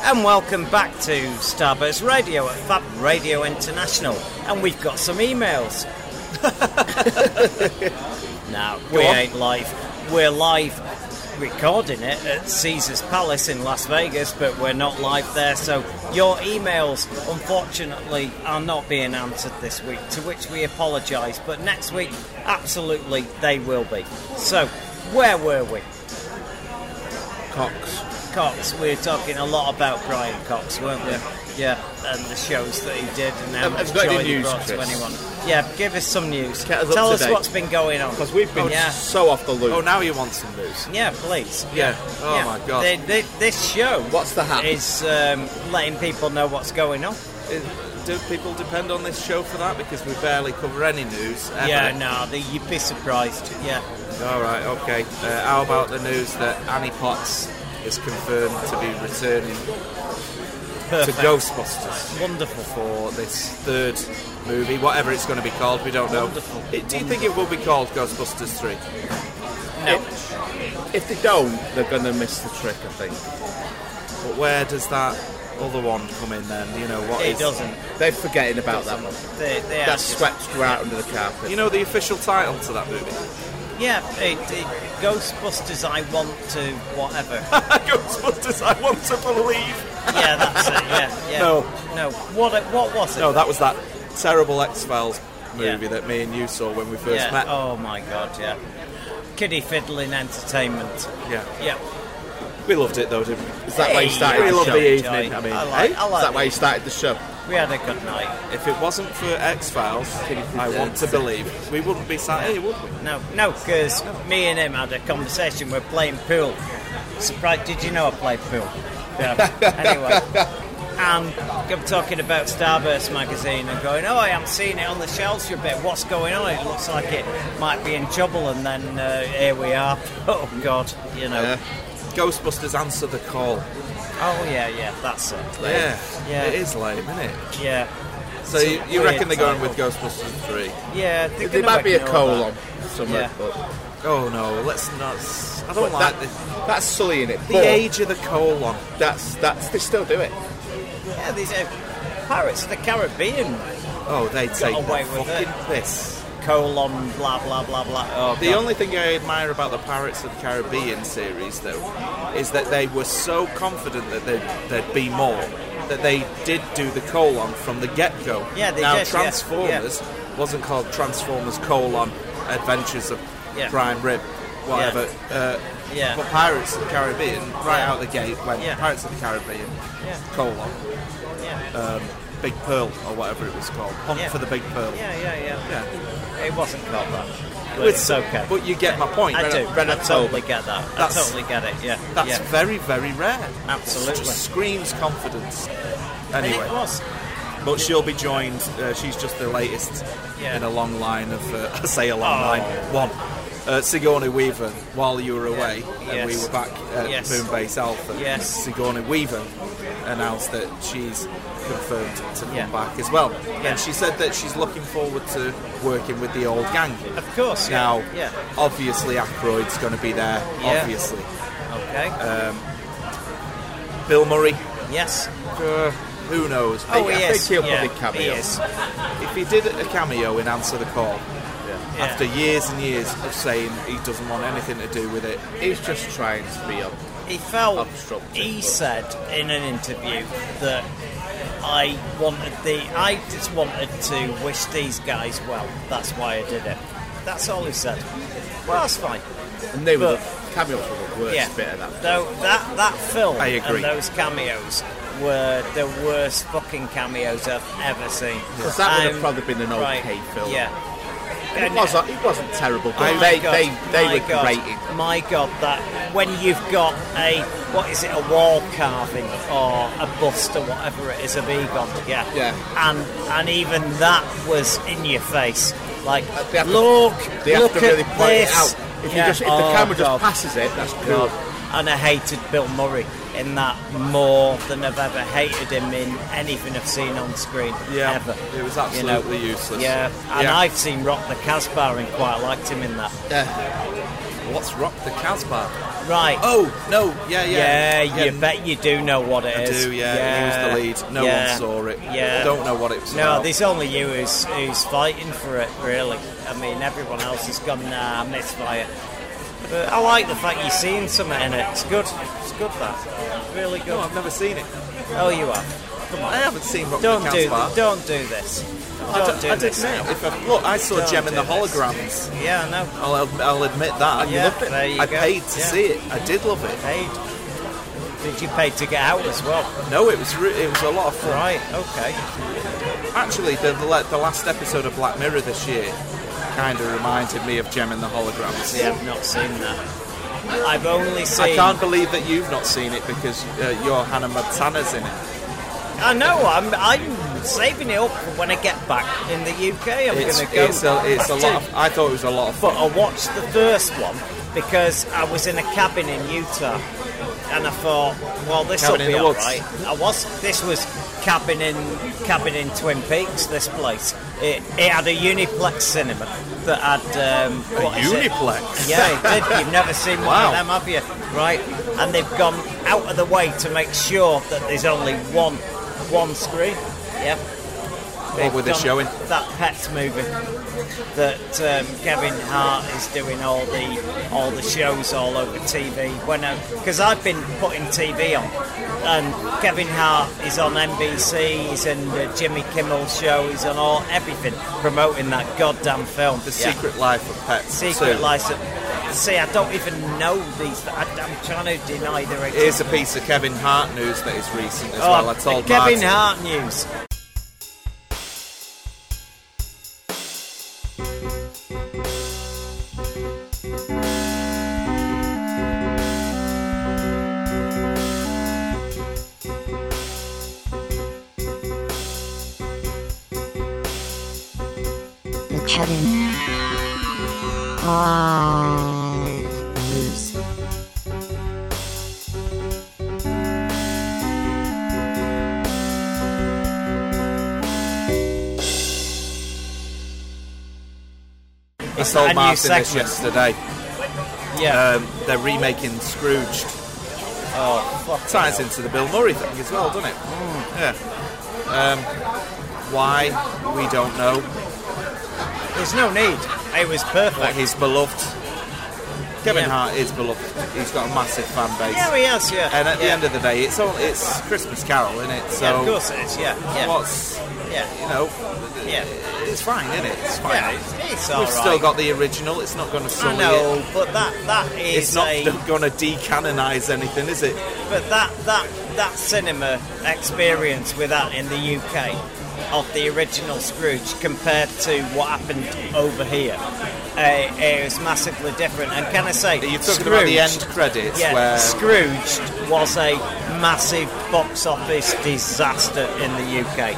S6: And welcome back to Starburst Radio at Fab Radio International. And we've got some emails. no, we
S5: on.
S6: ain't live. We're live recording it at Caesar's Palace in Las Vegas, but we're not live there. So your emails, unfortunately, are not being answered this week, to which we apologise. But next week, absolutely, they will be. So, where were we?
S5: Cox.
S6: Cox, we were talking a lot about Brian Cox, weren't we? Yeah, and the shows that he did and how
S5: Um,
S6: much
S5: have you got
S6: joy
S5: any
S6: he
S5: news,
S6: brought to
S5: Chris?
S6: anyone. Yeah, give us some news.
S5: Get us up
S6: Tell
S5: to
S6: us
S5: date.
S6: what's been going on.
S5: Because we've been
S6: Oh, yeah,
S5: so off the loop.
S4: Oh, now you want some news?
S6: yeah, please.
S4: Yeah. Oh
S6: Yeah.
S4: my god.
S6: They- they- this show
S5: What's the hap?
S6: is um, letting people know what's going on.
S4: Do people depend on this show for that? Because we barely cover any news. Ever.
S6: Yeah, no, the, you'd be surprised. Yeah,
S4: All right. Okay. Uh, how about the news that Annie Potts is confirmed to be returning
S6: perfect.
S4: to Ghostbusters
S6: Wonderful.
S4: for this third movie, whatever it's going to be called. We don't know.
S6: Wonderful.
S4: It- do you think it will be called Ghostbusters Three?
S5: If they don't, they're going to miss the trick, I think.
S4: But where does that other one come in then? You know what?
S6: It
S4: is-
S6: doesn't.
S5: They're forgetting about that one.
S6: They, they are
S5: That's
S6: just-
S5: swept right under the carpet.
S4: You know the official title to that movie?
S6: Yeah, it, it, Ghostbusters. I want to whatever.
S4: Ghostbusters. I want to believe.
S6: Yeah, that's it. Yeah, yeah.
S4: No.
S6: no. What? What was it?
S4: No, that was that terrible X Files
S6: Yeah.
S4: movie that me and you saw when we first
S6: yeah.
S4: met.
S6: Oh my god. Yeah. Kiddie fiddling entertainment.
S4: Yeah,
S6: Yeah.
S4: we loved it though, didn't we?
S5: Is that why you
S6: Hey,
S5: started
S4: we
S5: the
S4: love
S5: show?
S4: the
S5: Is
S4: evening.
S6: Joy.
S4: I mean,
S6: I like,
S4: eh?
S6: I like
S5: that why you started the show?
S6: We had a good night.
S4: If it wasn't for X Files, I want to believe we wouldn't be sat here, would we?
S6: No, no, because me and him had a conversation. We're playing pool. Surprised? Did you know I played pool? Yeah. anyway. And I'm talking about Starburst magazine and going, oh, I haven't seen it on the shelves for a bit. What's going on? It looks like it might be in trouble. And then uh, here we are. Oh, God, you know.
S5: Yeah.
S4: Ghostbusters answer the call.
S6: Oh, yeah, yeah, that's it.
S4: Yeah,
S6: Yeah.
S4: it is lame, isn't it?
S6: Yeah.
S4: So
S6: It's a
S4: you, you
S6: weird
S4: reckon they're going with
S6: title.
S4: Ghostbusters three?
S6: Yeah, they're
S5: There
S6: gonna
S5: might be a
S6: ignore
S5: colon
S6: Yeah.
S5: somewhere, but
S4: Oh no, let's not. s- I don't
S5: But
S4: like
S5: that-
S4: the,
S5: that's Sully in it.
S4: the
S5: but
S4: age of the colon.
S5: That's that's they still do it.
S6: that. Yeah, these are Pirates of the Caribbean
S4: Oh, they take the
S6: away with
S4: fucking
S6: it.
S4: piss.
S6: colon blah blah blah blah. Oh,
S4: The
S6: God.
S4: only thing I admire about the Pirates of the Caribbean series, though, is that they were so confident that there'd, there'd be more that they did do the colon from the get-go.
S6: Yeah, they
S4: now
S6: did, yeah,
S4: Transformers wasn't called Transformers colon Adventures of
S6: Yeah.
S4: Prime Rib, whatever. Uh,
S6: Yeah.
S4: But Pirates of the Caribbean, right
S6: Yeah.
S4: out the gate, went
S6: Yeah.
S4: Pirates of the Caribbean
S6: Yeah.
S4: colon Um,
S6: yeah.
S4: Big Pearl or whatever it was called, Hunt
S6: Yeah.
S4: for the Big Pearl.
S6: Yeah, yeah,
S4: Yeah.
S6: yeah. It wasn't called that. But
S4: With-
S6: it's okay.
S4: But you get my point.
S6: I
S4: Ren-
S6: do.
S4: Ren-
S6: I totally get that. I
S4: That's-
S6: totally get it. Yeah.
S4: That's
S6: yeah.
S4: very, very rare.
S6: Absolutely.
S4: It just screams confidence.
S6: And
S4: Anyway,
S6: it was.
S4: but she'll be joined. Uh, she's just the latest
S6: Yeah.
S4: in a long line of. Uh, I say a long
S6: Oh.
S4: line. One. Uh, Sigourney Weaver. While you were away and we
S6: Yes.
S4: were back at
S6: Yes.
S4: Moonbase Alpha,
S6: Yes.
S4: Sigourney Weaver announced that she's confirmed to come
S6: Yeah.
S4: back as well.
S6: Yeah.
S4: And she said that she's looking forward to working with the old gang.
S6: Of course. Yeah.
S4: Now,
S6: Yeah.
S4: obviously, Aykroyd's going to be there.
S6: Yeah.
S4: Obviously,
S6: Okay.
S4: Uh, Bill Murray.
S6: yes.
S4: Uh, who knows?
S6: Oh,
S5: I
S6: he
S5: think
S6: is.
S5: he'll
S6: yeah,
S5: probably cameo.
S6: He is.
S4: If he did a cameo in Answer the Call,
S6: Yeah.
S4: after years and years of saying he doesn't want anything to do with it,
S5: He's just trying to be up.
S6: He felt.
S5: Obstructive,
S6: He
S5: but-
S6: said in an interview that I wanted the. I just wanted to wish these guys well. That's why I did it. That's all he said. Well, that's fine.
S5: And they were
S6: But-
S5: the cameos were the worst bit of that.
S6: Though that that film
S4: I agree.
S6: and those cameos were the worst fucking cameos I've ever seen.
S5: 'Cause that would have
S6: Um,
S5: probably been an
S6: right,
S5: okay film.
S6: Yeah.
S5: It,
S6: And- uh,
S5: wasn't, it wasn't terrible, but
S6: Oh my
S5: they,
S6: God,
S5: they, they
S6: my
S5: were
S6: God,
S5: great in
S6: My God, that when you've got a what is it, a wall carving or a bust or whatever it is of Egon, yeah,
S5: Yeah.
S6: and and even that was in your face. Like,
S5: They have to-
S6: look,
S5: They
S6: look
S5: have to really
S6: at
S5: point
S6: this.
S5: it out. If,
S6: Yeah.
S5: you just, if
S6: Oh,
S5: the camera just
S6: God.
S5: passes it, that's cool.
S6: God. And I hated Bill Murray in that more than I've ever hated him in anything I've seen on screen
S4: Yeah,
S6: ever.
S4: it was
S6: You know?
S4: absolutely useless.
S6: Yeah, and
S4: Yeah.
S6: I've seen Rock the Casbah and quite liked him in that.
S4: What's Rock the Casbah?
S6: Right.
S4: Oh no, yeah,
S6: Yeah,
S4: yeah,
S6: you bet you do know what it
S4: I
S6: is.
S4: do, yeah. He was the lead. No
S6: yeah,
S4: one saw it.
S6: Yeah.
S4: I don't know what it was
S6: No,
S4: about.
S6: there's only you who's, who's fighting for it, really. I mean, everyone else has gone, nah, misfire. But I like the fact you're seeing something in it. It's good. It's good, that. It's really
S4: No,
S6: good.
S4: I've never seen it.
S6: Oh, you are.
S4: I haven't seen Rock
S6: Don't
S4: the
S6: do,
S4: Casbah.
S6: th- don't do this.
S4: I,
S6: Don't
S4: d-
S6: do
S4: I
S6: this.
S4: did now. If I, look, I saw
S6: Don't
S4: Gem and
S6: do
S4: the
S6: this.
S4: Holograms.
S6: Yeah, no.
S4: I'll, I'll admit that. I
S6: Yeah,
S4: loved it.
S6: there you
S4: I
S6: go.
S4: paid to
S6: Yeah.
S4: see it. I did love it.
S6: Paid. Did you pay to get out as well?
S4: No, it was re- it was a lot of fun.
S6: Right, okay.
S4: Actually, the, the la- the last episode of Black Mirror this year kind of reminded me of Gem and the Holograms.
S6: Yeah, I've not seen that. I've only seen.
S4: I can't believe that you've not seen it because uh, your Hannah Montana's in it.
S6: I know. I'm I'm saving it up for when I get back in the UK. I'm
S4: It's,
S6: going to go.
S4: it's a, it's a
S6: back
S4: lot.
S6: to-
S4: Of, I thought it was a lot of
S6: but
S4: fun.
S6: I watched the first one because I was in a cabin in Utah, and I thought, well, this will
S4: Cabin in
S6: be
S4: the
S6: all
S4: woods.
S6: right. I was. This was cabin in cabin in Twin Peaks. This place. It, it had a Uniplex cinema that had um, what is it?
S4: Uniplex.
S6: Yeah, it did. You've never seen one
S4: Wow.
S6: of them, have you? Right. And they've gone out of the way to make sure that there's only one one screen. Yeah. They've
S4: were they
S6: done
S4: showing?
S6: That Pets movie that um, Kevin Hart is doing all the all the shows all over TV. When because I've been putting TV on, and Kevin Hart is on NBC, he's in the Jimmy Kimmel show, he's on all everything promoting that goddamn film.
S4: The
S6: Yeah.
S4: Secret Life of Pets.
S6: Secret
S4: too.
S6: license. See, I don't even know these. I, I'm trying to deny their
S4: Here's
S6: existence.
S4: a piece of Kevin Hart news that is recent as
S6: Oh,
S4: well. I told
S6: the Kevin
S4: Martin.
S6: Hart news.
S4: I
S6: a new
S4: told Martin
S6: segment.
S4: this yesterday.
S6: Yeah.
S4: Um, they're remaking Scrooged.
S6: oh, fuck. Mm.
S4: Ties into the Bill Murray thing as well, doesn't it? Yeah. Um, why we don't know.
S6: There's no need. It was
S4: But
S6: perfect.
S4: he's beloved. Kevin
S6: Yeah.
S4: Hart is beloved. He's got a massive fan base.
S6: Yeah, he has. Yeah.
S4: and at
S6: Yeah.
S4: the end of the day, it's all, it's Christmas Carol, isn't it? So
S6: yeah, of course it is. Yeah. Yeah.
S4: what's
S6: yeah.
S4: you know,
S6: Yeah.
S4: it's fine, isn't it? It's fine.
S6: Yeah, it's, it's all
S4: We've still
S6: right.
S4: got the original. It's not going to
S6: I
S4: sully
S6: know,
S4: it.
S6: but that that is
S4: It's not
S6: a
S4: going to decanonize anything, is it?
S6: but that that that cinema experience with that in the UK of the original Scrooge compared to what happened over here uh, is massively different. And can I say,
S4: You're talking
S6: Scrooge,
S4: about the end credits
S6: Yeah,
S4: where
S6: Scrooge was a massive box office disaster in the UK.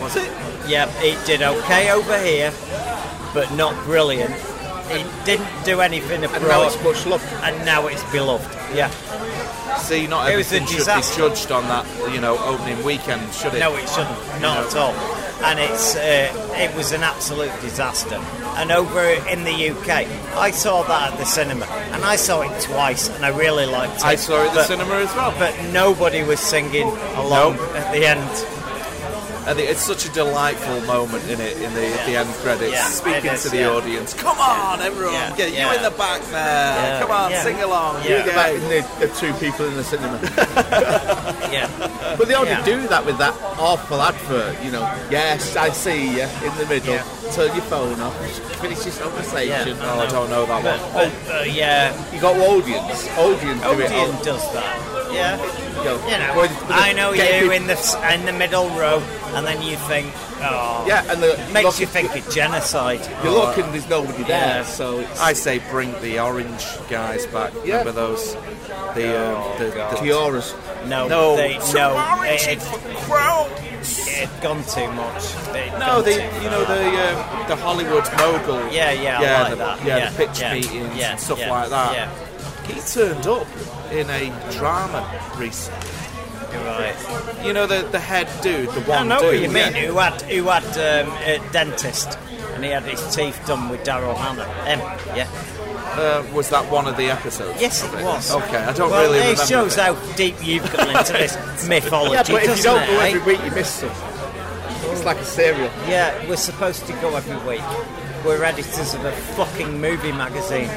S4: was it?
S6: Yeah, it did okay over here, but not brilliant. It didn't do anything abroad,
S5: And now it's much loved.
S6: and now it's beloved. Yeah.
S4: See, not
S6: It was a
S4: everything should be
S6: disaster.
S4: judged on that, you know, opening weekend, should it?
S6: No, it shouldn't. Not at all. And it's uh, it was an absolute disaster. And over in the UK, I saw that at the cinema, and I saw it twice, and I really liked it.
S4: I saw it at the
S6: But-
S4: cinema as well.
S6: but nobody was singing along
S4: Nope.
S6: at the end.
S4: And it's such a delightful moment in it in the at the end credits,
S6: Yeah,
S4: speaking
S6: it is,
S4: to the
S6: yeah.
S4: audience. Come on, everyone,
S6: Yeah,
S4: get you
S6: yeah.
S4: in the back there.
S6: Yeah,
S4: Come on,
S6: yeah.
S4: sing along.
S6: Yeah.
S4: You
S5: Like
S4: go.
S5: in the, the two people in the cinema.
S6: Yeah,
S5: But they already
S6: Yeah.
S5: do that with that awful advert, you know. Yes, I see you in the middle. Turn your phone off. Finish your conversation.
S4: Oh, I don't know that
S6: but,
S4: one.
S6: but uh, yeah,
S5: You got audience. Audience do it
S6: Odeon
S5: on.
S6: does that. Yeah,
S5: go,
S6: You know,
S5: with- with the
S6: I know
S5: gay
S6: you
S5: people-
S6: in the s- in the middle row, and then you think, oh,
S5: Yeah, and the-
S6: makes
S5: look-
S6: you think of genocide. Oh,
S5: You look and there's nobody there,
S6: Yeah.
S5: so it's
S4: I say bring the orange guys back.
S5: Yeah.
S4: Remember those? The,
S6: Oh
S4: um, the, the
S5: Kiora's.
S6: No,
S4: No.
S6: they, no, it
S4: Sorority
S6: had, it had gone too much. It had
S4: No,
S6: gone
S4: the
S6: too
S4: you know
S6: far.
S4: the um, the Hollywood mogul.
S6: Yeah, yeah, I
S4: yeah,
S6: like
S4: the,
S6: that.
S4: Yeah,
S6: Yeah,
S4: the pitch
S6: yeah,
S4: meetings
S6: yeah,
S4: and stuff
S6: yeah,
S4: like that.
S6: yeah.
S4: He turned up in a drama recently.
S6: You're right.
S4: You know the the head dude, the
S6: I
S4: one.
S6: know
S4: dude,
S6: what you mean.
S4: yeah.
S6: Who had who had um, a dentist, and he had his teeth done with Daryl Hannah. Um, yeah.
S4: Uh, was that one of the episodes?
S6: Yes, it
S4: of
S6: was.
S4: Okay, I don't
S6: well,
S4: really
S6: it
S4: remember.
S6: shows
S4: it.
S6: how deep you've gone into this mythology.
S5: Yeah, but if you
S6: doesn't
S5: don't go
S6: it, eh?
S5: every week, you miss some. It's like a cereal.
S6: Yeah, we're supposed to go every week. We're editors of a fucking movie magazine.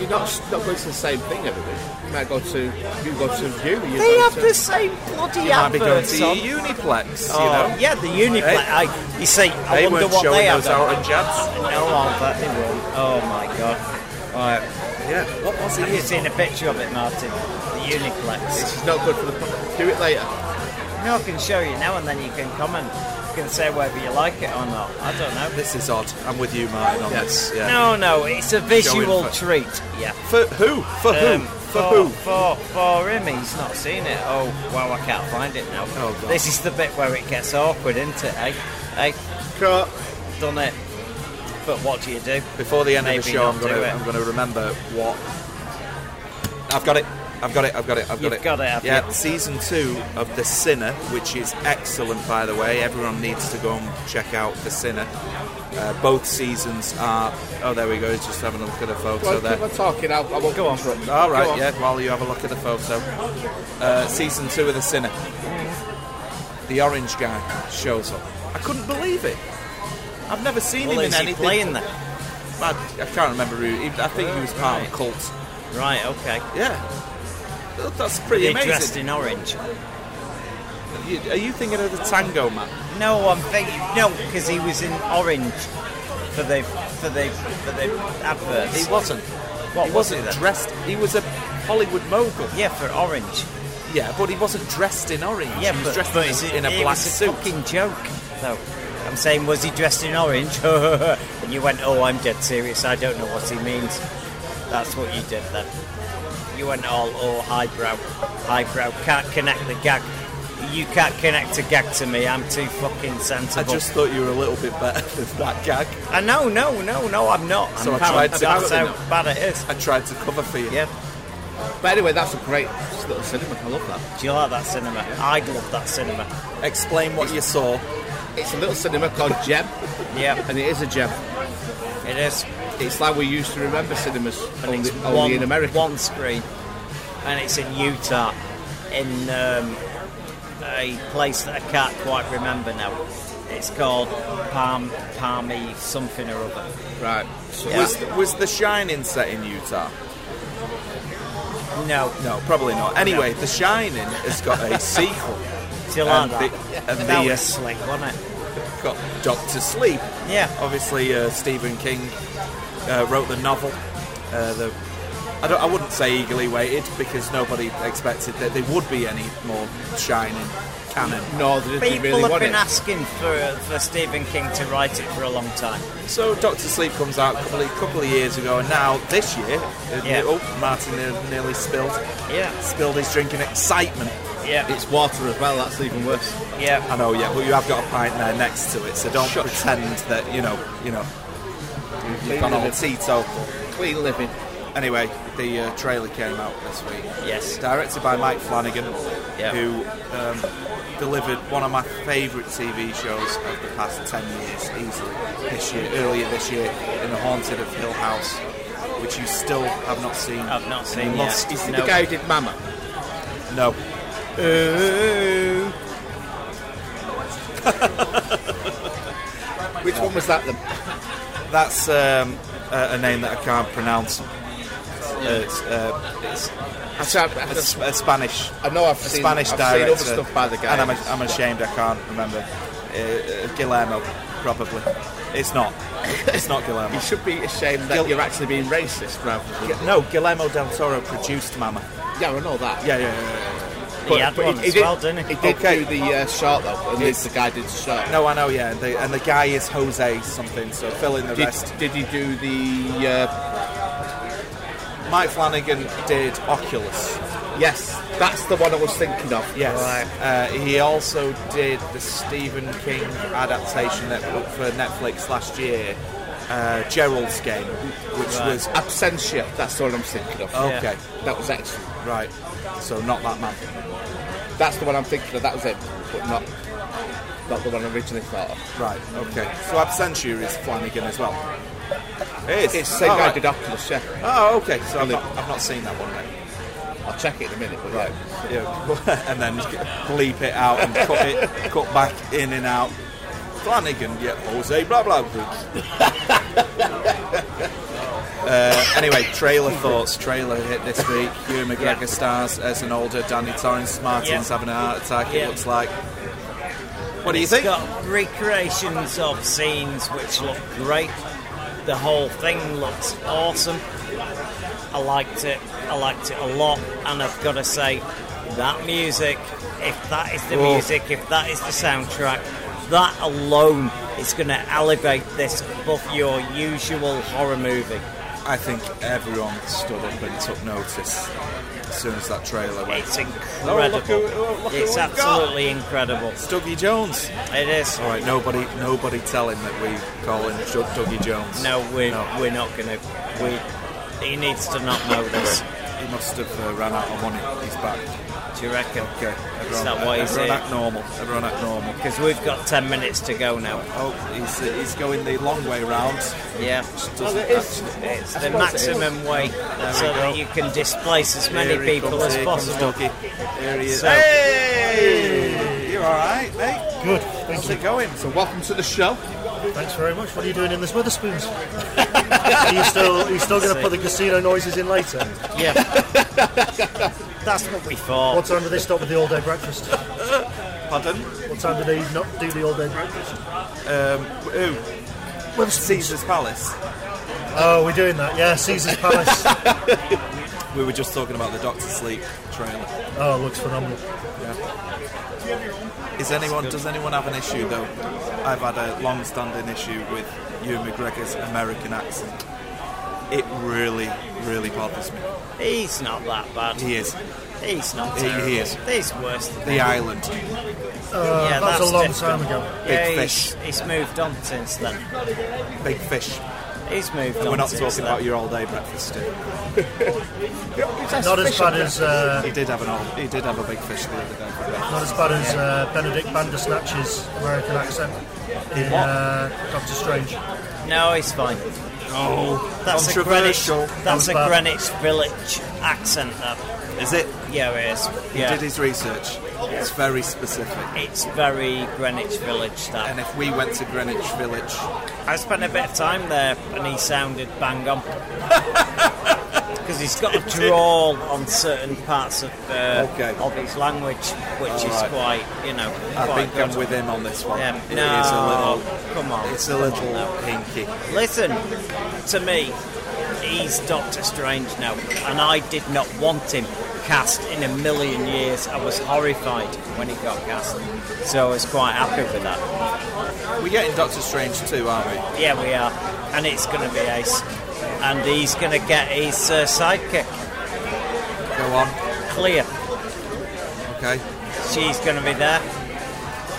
S5: You're not, not going to the same thing every week. You might go to you go to view. You
S6: They
S5: go
S6: have
S5: to,
S6: the same bloody
S4: You might be going to
S6: adverts on.
S4: Uniplex.
S6: Oh,
S4: you know.
S6: Yeah, the Uniplex.
S4: Hey.
S6: I, you see, I
S4: They
S6: wonder
S4: weren't
S6: what
S4: showing
S6: they
S4: those
S6: have. on.
S4: orange ads.
S6: No, I bet they will. Oh my god. Alright,
S4: Yeah. What was
S6: have you
S4: it?
S6: seen a picture of it, Martin? The Uniplex.
S5: It's not good for the. pro- Do it later.
S6: No, I can show you now and then you can comment. You can say whether you like it or not. I don't know.
S4: This is odd. I'm with you, Martin, on this. Yeah.
S6: No, no, it's a visual
S4: for-
S6: treat. Yeah.
S4: For who? For
S6: Um,
S4: who? For
S6: for,
S4: who?
S6: for, for him, he's not seen it. Oh, wow, I can't find it now.
S4: Oh, God.
S6: This is the bit where it gets awkward, isn't it? Eh? Eh?
S5: Cut.
S6: Done it. But what do you do?
S4: Before the end of the
S6: Maybe
S4: show,
S6: not
S4: I'm gonna
S6: do it.
S4: I'm gonna remember what. I've got it. I've got it. I've got it. I've got
S6: You've
S4: it.
S6: got it, haven't
S4: yeah.
S6: you?
S4: Season two of The Sinner, which is excellent, by the way. Everyone needs to go and check out The Sinner. Uh, both seasons are. Oh, there we go. He's just having a look at the photo
S5: Well,
S4: there.
S5: keep on talking. I, I won't
S6: Go on.
S5: interrupt.
S4: All right,
S5: Go on.
S4: yeah. While you have a look at the photo, uh, season two of The Sinner, the orange guy shows up. I couldn't believe it. I've never seen
S6: Well,
S4: him in
S6: is he
S4: anything.
S6: playing that?
S4: I, I can't remember who. he- I think he was part of a cult.
S6: Right, okay.
S4: Yeah, That- that's pretty
S6: They're dressed
S4: amazing.
S6: in orange.
S4: You- are you thinking of the Tango Man?
S6: No, I'm thinking no, because he was in orange for the for the for the adverts.
S4: He wasn't.
S6: What
S4: he
S6: was he
S4: wasn't
S6: then?
S4: dressed. He was a Hollywood mogul.
S6: yeah, for orange.
S4: Yeah, but he wasn't dressed in orange.
S6: Yeah,
S4: he was
S6: but,
S4: dressed
S6: but
S4: in,
S6: is it-
S4: in a
S6: it
S4: black
S6: was
S4: suit.
S6: fucking joke. No, I'm saying was he dressed in orange? and you went, oh, I'm dead serious. I don't know what he means. That's what you did then. You went all oh highbrow, highbrow. Can't connect the gag. You can't connect a gag to me. I'm too fucking
S4: I
S6: sensible.
S4: just thought you were a little bit better than that gag.
S6: I know, no, no, no. I'm not.
S4: So
S6: I'm
S4: I
S6: bad.
S4: tried to-
S6: That's how bad it is.
S4: I tried to cover for you.
S6: Yeah.
S5: But anyway, that's a great little cinema. I love that.
S6: Do you like that cinema? I love that cinema.
S4: Explain what you saw.
S5: It's a little cinema called Gem,
S6: Yeah,
S5: and it is a gem.
S6: it is.
S5: It's like we used to remember cinemas
S6: And
S5: only,
S6: it's
S5: only
S6: one,
S5: in America.
S6: one screen. And it's in Utah, in um, a place that I can't quite remember now. It's called Palm, Palmy something or other.
S5: Right. So
S6: Yeah.
S4: Was was The Shining set in Utah?
S6: No,
S4: No, probably not. Anyway, The Shining has got a sequel.
S6: till and
S4: And
S6: that.
S4: the- and
S6: that was
S4: the, uh,
S6: slick, wasn't it?
S4: Got Doctor Sleep.
S6: Yeah.
S4: Obviously, uh, Stephen King uh, wrote the novel. Uh, the I, don't, I wouldn't say eagerly waited because nobody expected that there would be any more Shining canon.
S5: no, they didn't
S6: People
S5: really
S6: have
S5: want
S6: been
S5: it.
S6: asking for, for Stephen King to write it for a long time.
S4: So Doctor Sleep comes out a couple of, couple of years ago, and now this year, uh,
S6: Yeah.
S4: oh, Martin uh, nearly spilled
S6: Yeah,
S4: spilled his drink in excitement.
S6: yeah,
S5: It's water as well. That's even worse.
S6: yeah.
S4: I know, yeah, but you have got a pint there next to it, so don't pretend that you know, you know, you've gone all teetotal.
S5: Clean living.
S4: Anyway, the uh, trailer came out this week.
S6: Yes.
S4: Directed by Mike Flanagan,
S6: Yeah.
S4: who um, delivered one of my favourite TV shows of the past 10 years, easily. This year, earlier this year, in The Haunted of Hill House, which you still have not seen.
S6: I've not seen
S4: You
S6: yet.
S4: must.
S5: Is it
S6: No.
S5: the guy who did Mama?
S4: No.
S5: Which one was that then?
S4: That's um, a, a name that I can't pronounce. Uh, it's, uh, it's
S5: I, can't- I
S4: a,
S5: just-
S4: s- a Spanish
S5: I know
S4: a
S5: I've seen,
S4: Spanish
S5: I've seen
S4: director,
S5: other stuff by the guy.
S4: and I'm, a, I'm ashamed I can't remember. Uh, uh, Guillermo, probably. It's not. It's not Guillermo.
S5: you should be ashamed that
S4: Guilt-
S5: you're actually being racist rather than.
S4: No, Guillermo del Toro produced Mama.
S5: Yeah, I know that.
S4: Yeah, yeah, yeah. yeah,
S6: He had one as
S5: did,
S6: well, didn't he?
S5: He did
S4: Okay.
S5: do the uh, shot though, and
S4: It's-
S5: the guy did the shot.
S4: No, I know, yeah, and the, and the guy is Jose something, so fill in the
S5: Did,
S4: rest.
S5: did he do the? Uh,
S4: Mike Flanagan did Oculus.
S5: yes, that's the one I was thinking of.
S4: Yes. Uh, he also did the Stephen King adaptation that for Netflix last year, uh, Gerald's Game, which was
S5: Absentia. That's the one I'm thinking of.
S4: okay.
S5: That was excellent.
S4: Right. So not that man.
S5: That's the one I'm thinking of. That was it, but not not the one I originally thought of.
S4: Right. Okay. So Absentia is Flanagan as well. It is.
S5: It's the same
S4: Oh,
S5: guy
S4: right.
S5: did Oculus. Yeah,
S4: Oh, okay. So I've not, I've not seen that one then.
S5: I'll check it in a minute. But yeah,
S4: Yeah. and then bleep it out and cut it, cut back in and out. Flanagan, yeah, Jose, blah blah. blah. uh, anyway, trailer thoughts. Trailer hit this week. Hugh McGregor
S6: Yeah.
S4: stars as an older Danny Torrance. Martin's
S6: Yeah.
S4: having a heart attack.
S6: Yeah.
S4: It looks like. What do you
S6: It's
S4: think?
S6: got recreations of scenes which look great. The whole thing looks awesome. I liked it. I liked it a lot. And I've got to say, that music, if that is the
S4: Oh.
S6: music, if that is the soundtrack, that alone is going to elevate this above your usual horror movie.
S4: I think everyone stood up and took notice as soon as that trailer went.
S6: It's
S4: Oh,
S6: incredible.
S4: look who- oh, look who
S6: it's
S4: we've got.
S6: absolutely incredible.
S4: Dougie Jones.
S6: It is.
S4: All right, nobody, nobody tell him that we call him Doug- Dougie Jones.
S6: No, we're, we're not going to. We. He needs to not know this.
S4: He must have uh, ran out of money. He's back.
S6: Do you reckon?
S4: Okay, everyone,
S6: that why he's
S4: everyone
S6: here?
S4: act normal. Everyone act normal.
S6: Because we've got 10 minutes to go now.
S4: Oh, he's, he's going the long way round.
S6: Yeah.
S1: Oh,
S4: Doesn't
S6: It's the maximum way so that you can displace as many
S4: Here he
S6: people
S4: comes,
S6: as
S4: here comes
S6: possible.
S4: Dougie. Here he is.
S6: So-
S4: hey, you all right, mate?
S1: Good.
S4: How's it going?
S5: So welcome to the show.
S1: Thanks very much. What are you doing in this Witherspoons? are you still, are you still going to put the casino noises in later?
S6: Yeah. That's what we
S1: What
S6: thought.
S1: time do they stop with the all-day breakfast?
S4: Pardon?
S1: What time do they not do the all-day breakfast?
S4: Who? Caesar's Palace.
S1: Oh, we're doing that. Yeah, Caesar's Palace.
S4: We were just talking about the Doctor Sleep trailer.
S1: Oh, it looks phenomenal.
S4: Is anyone does anyone have an issue though? I've had a long-standing issue with Hugh McGregor's American accent. It really, really bothers me.
S6: He's not that bad.
S4: He is
S6: He's not
S4: He- he
S6: terrible.
S4: is.
S6: He's worse than
S4: the island.
S1: Uh,
S6: Yeah,
S1: that was
S6: that's
S1: a long
S6: different.
S1: time ago.
S6: yeah,
S4: Big
S6: he's, he's moved on since then.
S4: Big fish.
S6: He's moved on
S4: We're not
S6: since
S4: talking
S6: then.
S4: about your all-day breakfast. Dude.
S1: Not as bad as uh,
S4: He did have an all, he did have a big fish the other day. for breakfast.
S1: not as bad as uh, Benedict Bandersnatch's American accent in uh, Doctor Strange.
S6: No, he's fine.
S4: Oh,
S6: That's a Greenwich,
S4: controversial.
S6: that's
S1: Sounds
S6: a
S1: bad.
S6: Greenwich Village accent. That,
S4: Is it?
S6: yeah, it is.
S4: He
S6: Yeah.
S4: did his research. It's very specific.
S6: It's very Greenwich Village that.
S4: And if we went to Greenwich Village,
S6: I spent a bit of time there, and he sounded bang on. Because he's got a drawl on certain parts of uh,
S4: Okay.
S6: of his language, which is
S4: Alright.
S6: quite, you know,
S4: I
S6: quite
S4: think I'm
S6: good.
S4: with him on this one.
S6: Yeah.
S4: It is
S6: no,
S4: a little,
S6: come on.
S4: it's a little pinky.
S6: Listen to me. He's Doctor Strange now, and I did not want him cast in a million years. I was horrified when he got cast, so I was quite happy with that.
S4: We're getting Doctor Strange too, aren't we?
S6: Yeah, we are, and it's going to be Ace, and he's going to get his uh, sidekick
S4: Go on.
S6: Clear.
S4: Okay.
S6: She's going to be there.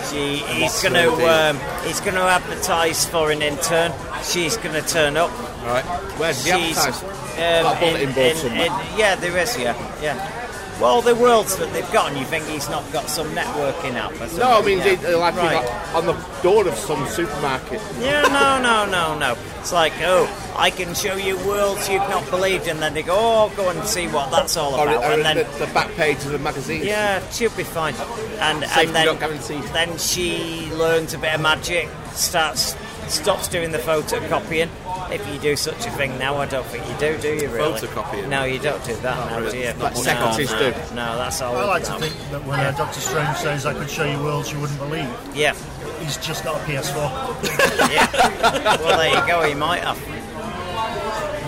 S6: She, he's
S4: what's
S6: going
S4: her deal?
S6: to um, he's going to advertise for an intern. She's going to turn up.
S4: All right.
S5: Where's the
S6: She's,
S5: advertisement?
S6: um,
S5: Got a bulletin board
S6: in-
S5: somewhere.
S6: in- yeah, there is. Yeah, yeah. Well, the worlds that they've got, and you think he's not got some networking app or something.
S5: No, I mean,
S6: yeah.
S5: they, they're like,
S6: Right.
S5: like on the door of some supermarket.
S6: Yeah, no, no, no, no. It's like, oh, I can show you worlds you've not believed, and then they go, oh, go and see what that's all
S5: Or,
S6: about,
S5: or
S6: and
S5: in
S6: then
S5: the, the back page of the magazine.
S6: Yeah, she'll be fine. And
S5: Safety
S6: and then
S5: not guaranteed.
S6: then she learns a bit of magic, starts stops doing the photocopying. If you do such a thing now, I don't think you do, do you really?
S4: Photocopying?
S6: No, you don't do that now,
S4: really.
S6: do you?
S4: It's not
S6: No,
S4: what
S5: secretaries
S6: no,
S5: do.
S6: No, that's all.
S1: I like to
S6: no.
S1: think that when uh, Doctor Strange says, "I could show you worlds you wouldn't believe,"
S6: Yeah,
S1: he's just got a PS4.
S6: yeah. well, there you go. He might have.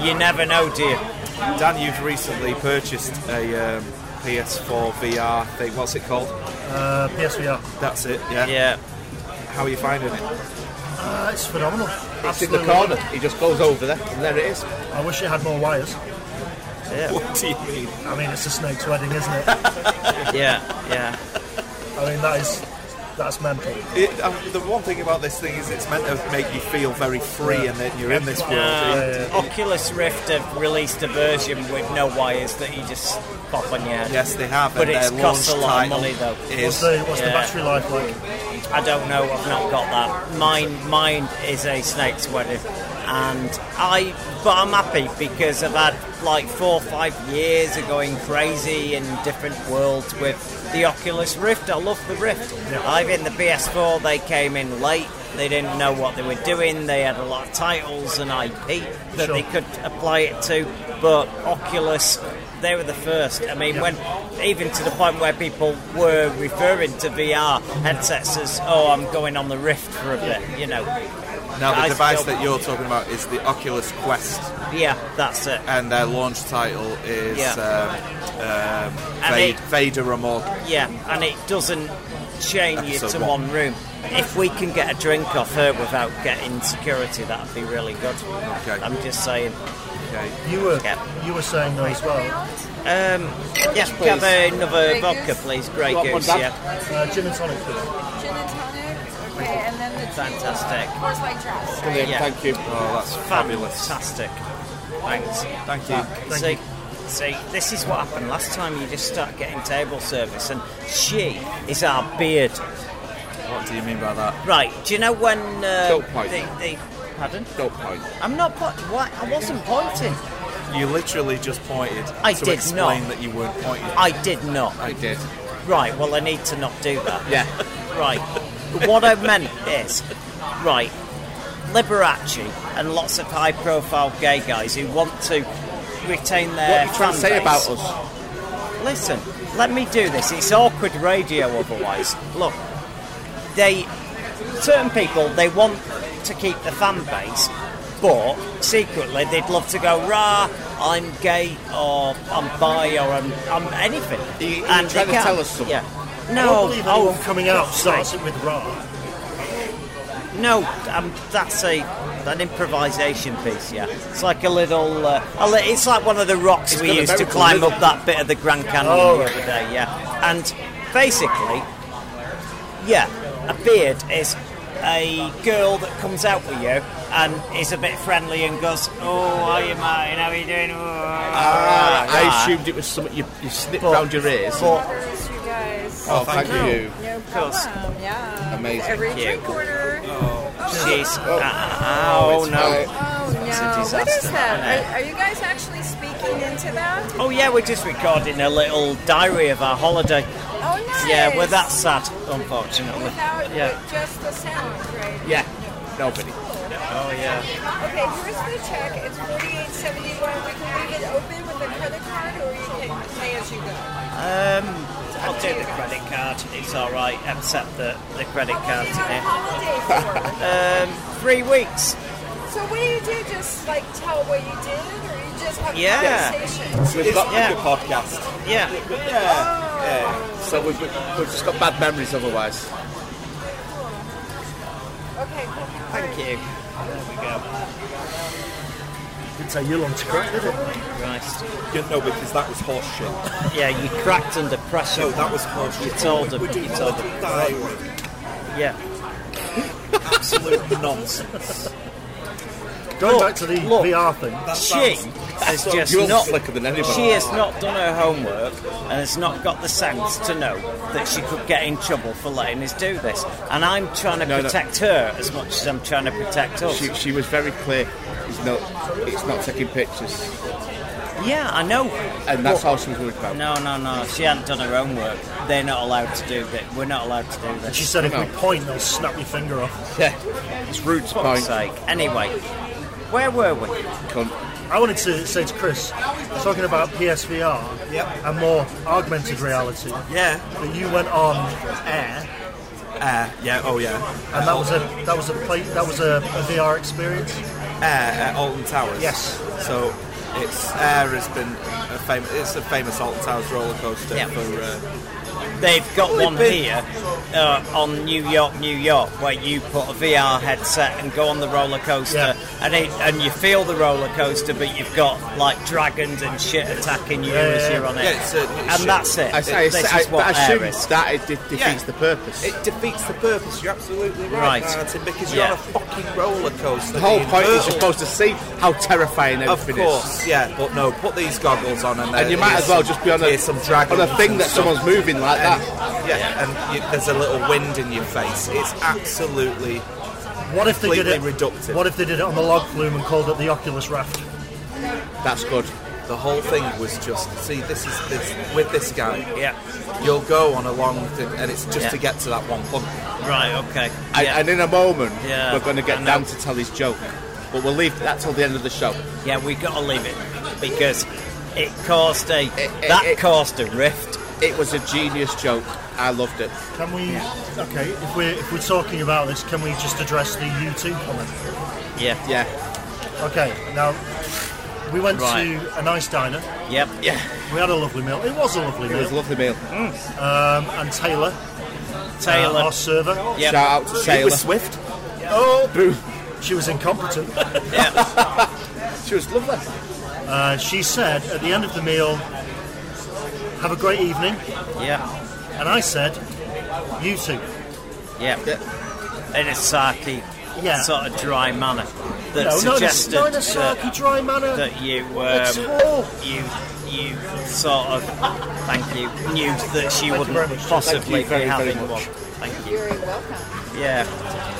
S6: You never know, do you?
S4: Dan, you've recently purchased a um, PS4 VR thing. What's it called?
S1: Uh, PSVR.
S4: That's it. Yeah.
S6: Yeah.
S4: How are you finding it?
S1: Uh, it's phenomenal.
S5: It's in the
S1: Absolutely.
S5: corner. He just goes over there, and there it is.
S1: I wish it had more wires.
S4: What do you mean?
S1: I mean, it's a snake's wedding, isn't it? I
S6: Yeah, yeah.
S1: mean, that is that's mental.
S4: It, um, the one thing about this thing is it's meant to make you feel very free, and then you're in this world.
S6: Uh, Oculus Rift have released a version with no wires that you just pop on your head.
S4: Yes, they have.
S6: But
S4: and
S6: it's
S4: their
S6: cost
S4: launch
S6: a lot of
S4: title
S6: money, though.
S1: What's
S4: Is
S1: the what's the
S6: Yeah.
S1: battery life like?
S6: I don't know. I've not got that. Mine, mine is a snake's wedding, and I. But I'm happy because I've had like four, or five years of going crazy in different worlds with the Oculus Rift. I love the Rift. I've in the PS4. They came in late. They didn't know what they were doing. They had a lot of titles and IP that
S1: Sure.
S6: they could apply it to, but Oculus. They were the first. I mean, when even to the point where people were referring to VR headsets as, "Oh, I'm going on the Rift for a bit," you know.
S4: now
S6: I
S4: the device
S6: still-
S4: that you're talking about is the Oculus Quest,
S6: Yeah, that's it.
S4: and their launch title is uh,
S6: Yeah.
S4: um, um,
S6: And
S4: Ve-
S6: it-
S4: Vader Amor.
S6: Yeah, and it doesn't chain you
S4: Episode
S6: to
S4: one.
S6: one room. If we can get a drink off her without getting security, that'd be really good.
S4: Okay.
S6: I'm just saying.
S4: Okay.
S1: You were
S6: Yeah.
S1: you were saying though as well.
S6: Um, yeah,
S5: please.
S6: have another
S8: Grey
S6: vodka,
S8: Goose?
S6: please. Grey
S5: Got one,
S6: Goose,
S5: Dad?
S6: yeah.
S1: Uh, gin and tonic. please.
S8: Gin and tonic. Okay, and then the
S6: Fantastic.
S8: Horse white dress. Right?
S5: Brilliant,
S6: Yeah.
S5: Thank you.
S4: Oh, that's fabulous.
S6: Fantastic. Thanks.
S4: Thank you.
S6: see, see, this is what happened last time. You just start getting table service, and she is our beard.
S4: What do you mean by that?
S6: Right? Do you know when? Uh,
S5: Don't point.
S6: the, the, pardon?
S5: Don't point.
S6: I'm not pointing. Why? I wasn't pointing.
S4: You literally just pointed
S6: I
S4: to
S6: did
S4: explain
S6: not.
S4: that you weren't pointing.
S6: I did not.
S5: I did.
S6: Right. Well, I need to not do that.
S5: Yeah.
S6: Right. what I meant is, right, Liberace and lots of high-profile gay guys who want to retain their.
S5: What are you trying to
S6: fan
S5: say
S6: base.
S5: about us?
S6: Listen, let me do this. It's awkward radio otherwise. Look, they certain people they want to keep the fan base, but secretly they'd love to go rah. I'm gay, or I'm bi, or I'm, I'm anything.
S5: Are you- are you
S6: and they
S5: trying to
S6: can't.
S5: tell us something?
S6: Yeah.
S1: I
S6: No,
S1: don't believe
S6: oh,
S1: anyone coming out
S6: fuck's
S1: starts
S6: sake.
S1: it with raw.
S6: No, um, that's a an improvisation piece. Yeah, it's like a little. Uh, a li- it's like one of the rocks
S5: It's
S6: we
S5: got a
S6: used to
S5: very
S6: climb
S5: little-
S6: up that bit of the Grand Canyon
S1: Oh,
S6: the
S1: right.
S6: other day. Yeah, and basically, yeah, a beard is a girl that comes out with you and is a bit friendly and goes, "Oh, how are you, Martin? How are you doing?" Oh,
S5: Ah,
S6: right, right."
S5: I assumed it was something you, you snipped round your ears.
S6: But
S8: Cheers, you guys.
S5: oh, thank you.
S8: No
S6: course.
S8: problem. Yeah.
S5: Amazing.
S8: Every
S6: Thank you.
S8: drink order.
S6: she's oh,
S5: It's
S6: no.
S5: fine.
S8: Oh no!
S6: It's a
S8: What is
S6: disaster,
S8: that?
S6: isn't
S8: Are, are you guys actually speaking into that?
S6: Oh yeah, we're just recording a little diary of our holiday.
S8: Oh nice.
S6: Yeah, well, that's sad, unfortunately.
S8: Without
S6: yeah.
S8: just the sound, right?
S5: Yeah, nobody.
S6: Oh, yeah.
S8: Okay, here's the check. It's forty-eight seventy-one. We can leave it open with a credit card, or you can pay as you go.
S6: Um, I'll do the credit card. It's all right, except the, the credit
S8: How long
S6: card.
S8: are you on
S6: Yeah.
S8: holiday for?
S6: Three weeks.
S8: so what do you do? Just like tell what you did, or you just have
S6: Yeah.
S8: conversations?
S5: We've got
S6: yeah.
S5: the podcast.
S6: Yeah.
S5: So we've, we've just got bad memories otherwise.
S8: Okay. Cool.
S6: Thank you. There we go.
S1: Didn't take you long to crack, did it?
S6: Christ.
S4: You know, because that was horse shit.
S6: Yeah, you cracked under pressure.
S4: No, that was horse
S6: You
S4: shit.
S6: told them.
S4: We're doing
S6: You told them.
S4: diary.
S6: Yeah.
S4: Absolute nonsense.
S1: Going
S6: Look,
S1: back to the
S6: look.
S1: VR thing.
S6: She has just
S5: You're
S6: not.
S5: slicker than anybody.
S6: She has not done her homework and has not got the sense to know that she could get in trouble for letting us do this. And I'm trying to
S5: No, no.
S6: protect her as much as I'm trying to protect us.
S5: She, she was very clear. It's not. It's not taking pictures,
S6: yeah, I know.
S5: and that's all she was worried about.
S6: No, no, no. She hadn't done her own work. They're not allowed to do that. We're not allowed to do
S1: She
S6: this.
S1: said, "If
S5: No.
S1: we point, they'll snap your finger off."
S5: Yeah, it's rude to
S6: For fuck's sake.
S5: point.
S6: Anyway, where were we?
S5: Cunt.
S1: I wanted to say to Chris, talking about PSVR
S4: Yep.
S1: and more augmented reality,
S4: Yeah.
S1: that you went on Air,
S4: Uh, yeah. Oh yeah.
S1: and that was a that was a play, that was a, a VR experience.
S4: Air at Alton Towers.
S1: Yes.
S4: So It's Air has been a famous. It's a famous Alton Towers roller coaster
S6: Yeah.
S4: for. Uh,
S6: They've got
S4: Only
S6: one
S4: been-
S6: here uh, on New York, New York, where you put a VR headset and go on the roller coaster,
S1: Yeah.
S6: and it, and you feel the roller coaster, but you've got like dragons and shit attacking you as you're on it,
S4: Yeah, it's a- it's
S6: and
S4: shit.
S6: that's it.
S5: I, I,
S6: this
S5: I,
S6: is what
S5: but I
S6: Air
S5: assume
S6: is.
S5: that it de- defeats
S4: Yeah.
S5: the purpose.
S4: it defeats the purpose. You're absolutely right,
S6: Right.
S4: Martin, because you're
S6: Yeah.
S4: on a fucking roller coaster.
S5: the whole
S4: being
S5: point is
S4: hurtled.
S5: you're supposed to see how terrifying
S4: Of
S5: everything is.
S4: course, yeah, but no, put these goggles on and,
S5: And you might as well just be on a,
S4: here's some dragons
S5: on a thing
S4: and
S5: that
S4: stuff.
S5: someone's moving like that.
S4: Yeah, and you, there's a little wind in your face. It's absolutely
S1: What if they did it?
S4: Completely reductive.
S1: What if they did it on the log flume and called it the Oculus Raft?
S5: That's good.
S4: the whole thing was just see. This is this with this guy.
S6: Yeah.
S4: You'll go on a long thing, and it's just
S6: Yeah.
S4: to get to that one point.
S6: Right. Okay.
S5: And,
S6: yeah.
S5: and in a moment,
S6: Yeah,
S5: we're going to
S6: I
S5: get
S6: know.
S4: uh,
S5: Dan to tell his joke. But we'll leave that till the end of the show.
S6: yeah, we got to leave it because it caused a
S5: it-
S6: that
S5: it-
S6: caused a rift.
S5: It was a genius joke. I loved it.
S1: Can we? Okay, if we're if we're talking about this, can we just address the U2 comment?
S6: Yeah.
S5: Yeah.
S1: Okay, now we went
S6: Right.
S1: to a nice diner.
S6: Yep.
S5: Yeah.
S1: We had a lovely meal. It was a lovely
S5: It
S1: meal.
S5: was a lovely meal.
S1: um, and Taylor,
S6: Taylor.
S1: uh, our server,
S6: Yep.
S5: Shout out to Taylor.
S4: Swift.
S1: she was incompetent.
S5: She was lovely.
S1: Uh, she said at the end of the meal, "Have a great evening,"
S6: Yeah.
S1: and I said, "You two.
S6: Yeah. In a sarky
S1: Yeah.
S6: sort of dry manner that
S1: no, not in a,
S6: suggested
S1: not in a
S6: that-
S1: sarky dry manner
S6: that you
S1: at
S6: um,
S1: all.
S6: you you sort of thank you knew that she
S1: you very
S6: wouldn't
S1: much.
S6: possibly
S5: Thank you very,
S6: be
S5: very
S6: having
S5: much.
S6: one. Thank you.
S8: You're welcome.
S6: Yeah,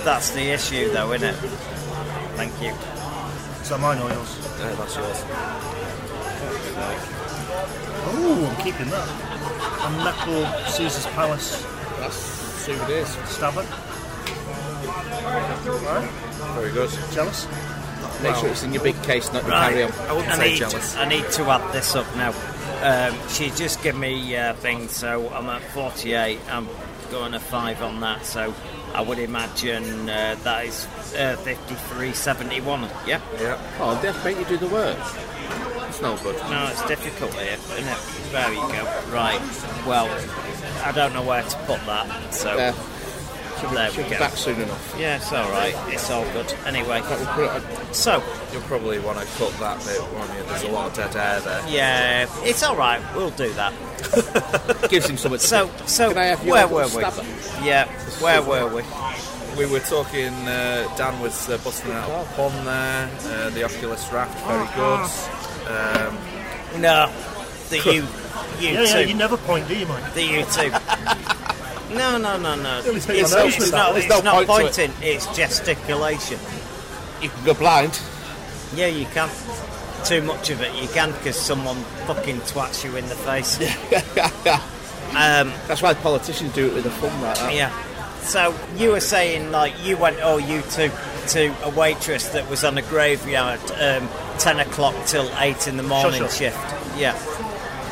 S6: that's the issue though, isn't it? Thank you.
S1: Is that mine or yours?
S4: that's yours.
S1: Oh, I'm keeping that. A metal Caesar's Palace
S5: That's who it is.
S1: stabber.
S4: Very good.
S1: Jealous?
S5: Make sure it's in your big case, not your carry on.
S4: I wouldn't
S6: I
S4: say
S6: need,
S4: jealous.
S6: I need to add this up now. Um, she just gave me uh, things, so I'm at 48. I'm going to five on that, so I would imagine uh, that is uh, 53.71. Yeah.
S4: Yeah.
S5: Oh, Death, mate, you do the work. It's no good.
S6: No, it's difficult here, isn't it? There you go. Right. Well, I don't know where to put that, so
S5: Yeah.
S6: there
S5: She'll
S6: we
S5: be
S6: go.
S5: Uh, back soon enough.
S6: Yeah, it's all right. It's all good. Anyway,
S5: We'll put it on-
S6: so
S4: You'll probably want to cut that bit, won't you? There's a lot of dead air there.
S6: yeah, it's all right. We'll do that.
S5: Gives him something. to
S6: So, so
S5: Can I have your
S6: where
S5: little
S6: were we?
S5: stabber?
S6: Yeah, where were we?
S4: We were talking. Uh, Dan was uh, busting out a pun there. Uh, the Oculus Raft,
S6: Oh,
S4: very good. Um,
S6: No, the you, you
S1: Yeah, yeah,
S6: two,
S1: you never point, do you, Mike?
S6: the you two. No, no, no, no.
S1: Don't
S6: It's,
S1: take your
S6: it's
S1: notes,
S6: not,
S5: There's
S6: it's
S5: no
S6: not
S5: point to
S6: pointing. It's gesticulation.
S5: You can go blind.
S6: Yeah, you can. Too much of it, you can, because someone fucking twats you in the face. um,
S5: That's why politicians do it with a thumb like that.
S6: yeah. So you were saying like you went, oh, you two, to a waitress that was on a graveyard, um, ten o'clock till eight in the morning
S1: up.
S6: shift. Yeah,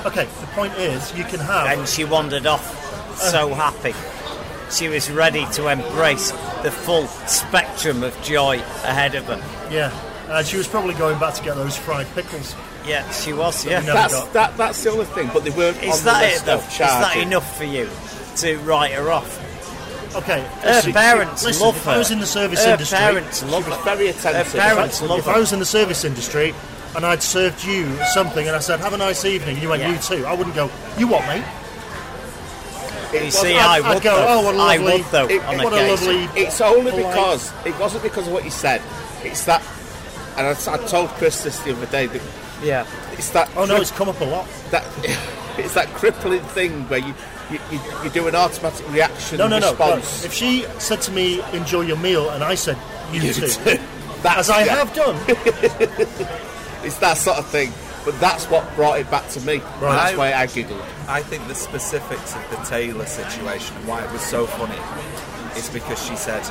S1: Okay, the point is, you can have.
S6: and she wandered off so happy. She was ready to embrace the full spectrum of joy ahead of her.
S1: yeah. Uh, she was probably going back to get those fried pickles.
S6: Yeah, she was. Yeah.
S1: No,
S5: That's,
S1: Never got-
S5: that, that's the only thing, but they weren't
S6: Is
S5: on
S6: that
S5: the
S6: it
S5: list
S6: though?
S5: of
S6: Is that
S5: charges.
S6: enough for you to write her off?
S1: Okay.
S6: Her
S1: listen,
S6: parents
S1: listen,
S6: love
S1: if
S6: her.
S1: I was in the service
S6: her
S1: industry.
S6: parents love
S5: She was
S6: her.
S5: very
S6: Her
S5: attentive.
S6: parents love
S1: If I
S6: her.
S1: was in the service industry and I'd served you something and I said, have a nice evening, and you went,
S6: Yeah.
S1: you too, I wouldn't go, you what, mate?
S6: You see,
S1: I'd-
S6: I
S1: I'd
S6: would
S1: go,
S6: though.
S1: "Oh, what a
S6: I
S1: lovely-
S6: would though.
S5: it-
S6: on
S1: what a
S6: occasion.
S1: lovely.
S5: It's only
S1: polite-
S5: because it wasn't because of what you said. It's that, and I, s- I told Chris this the other day. That
S6: Yeah.
S5: it's that.
S1: Oh no,
S5: cri-
S1: it's come up a lot.
S5: that. It's that crippling thing where you you, you, you do an automatic reaction
S1: No, no, no. no.
S5: response.
S1: If she said to me, enjoy your meal, and I said, you, too,
S5: That's,
S1: as I
S5: yeah,
S1: have done,
S5: It's that sort of thing. But that's what brought it back to me. And That's why I giggled.
S4: I think the specifics of the Taylor situation and why it was so funny is because she said,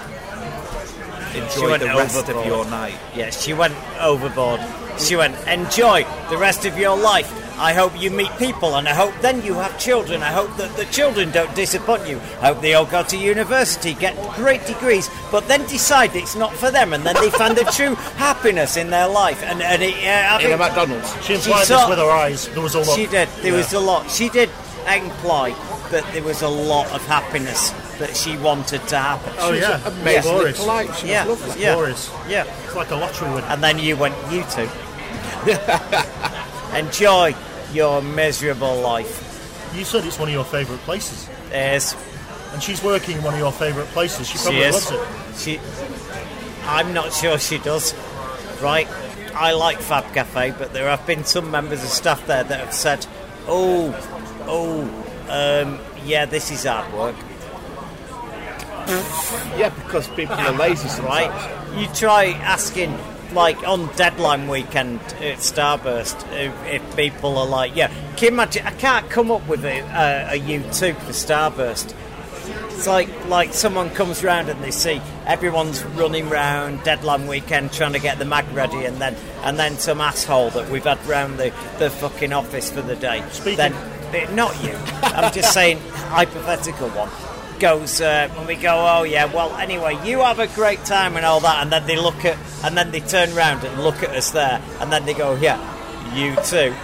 S6: She
S4: enjoy
S6: went
S4: the rest
S6: overboard.
S4: of your night.
S6: Yeah, she went overboard. She went, enjoy the rest of your life. I hope you meet people, and I hope then you have children. I hope that the children don't disappoint you. I hope they all go to university, get great degrees, but then decide it's not for them, and then they find the true happiness in their life. And, and it, uh, I
S5: In a
S6: think-
S5: McDonald's.
S1: She implied
S6: saw-
S1: this with her eyes. There was a lot.
S6: She did. There
S1: Yeah.
S6: was a lot. She did imply that there was a lot of happiness that she wanted to happen.
S1: Oh
S5: She was
S1: yeah,
S5: amazingly
S1: Glorious.
S5: polite. She was
S6: yeah,
S5: lovely.
S6: yeah,
S1: Glorious.
S6: yeah.
S1: It's like a lottery win.
S6: And then you went, you two, enjoy your miserable life.
S1: You said it's one of your favourite places,
S6: Is
S1: and she's working in one of your favourite places. She
S6: she
S1: probably
S6: is
S1: loves it.
S6: she? I'm not sure she does. Right. I like Fab Cafe, but there have been some members of staff there that have said, "Oh, oh, um, yeah, this is hard work."
S5: Yeah, because people are lazy sometimes.
S6: right? You try asking, like on deadline weekend at Starburst, if, if people are like, yeah, can you imagine? I can't come up with a, a, a U2 for Starburst. It's like like someone comes round and they see everyone's running round deadline weekend trying to get the mag ready, and then and then some asshole that we've had round the, the fucking office for the day.
S1: Speaking-
S6: Then eh, not you. I'm just saying hypothetical one. Goes uh, and we go. Oh yeah. Well, anyway, you have a great time and all that, and then they look at and then they turn round and look at us there, and then they go, yeah, you too,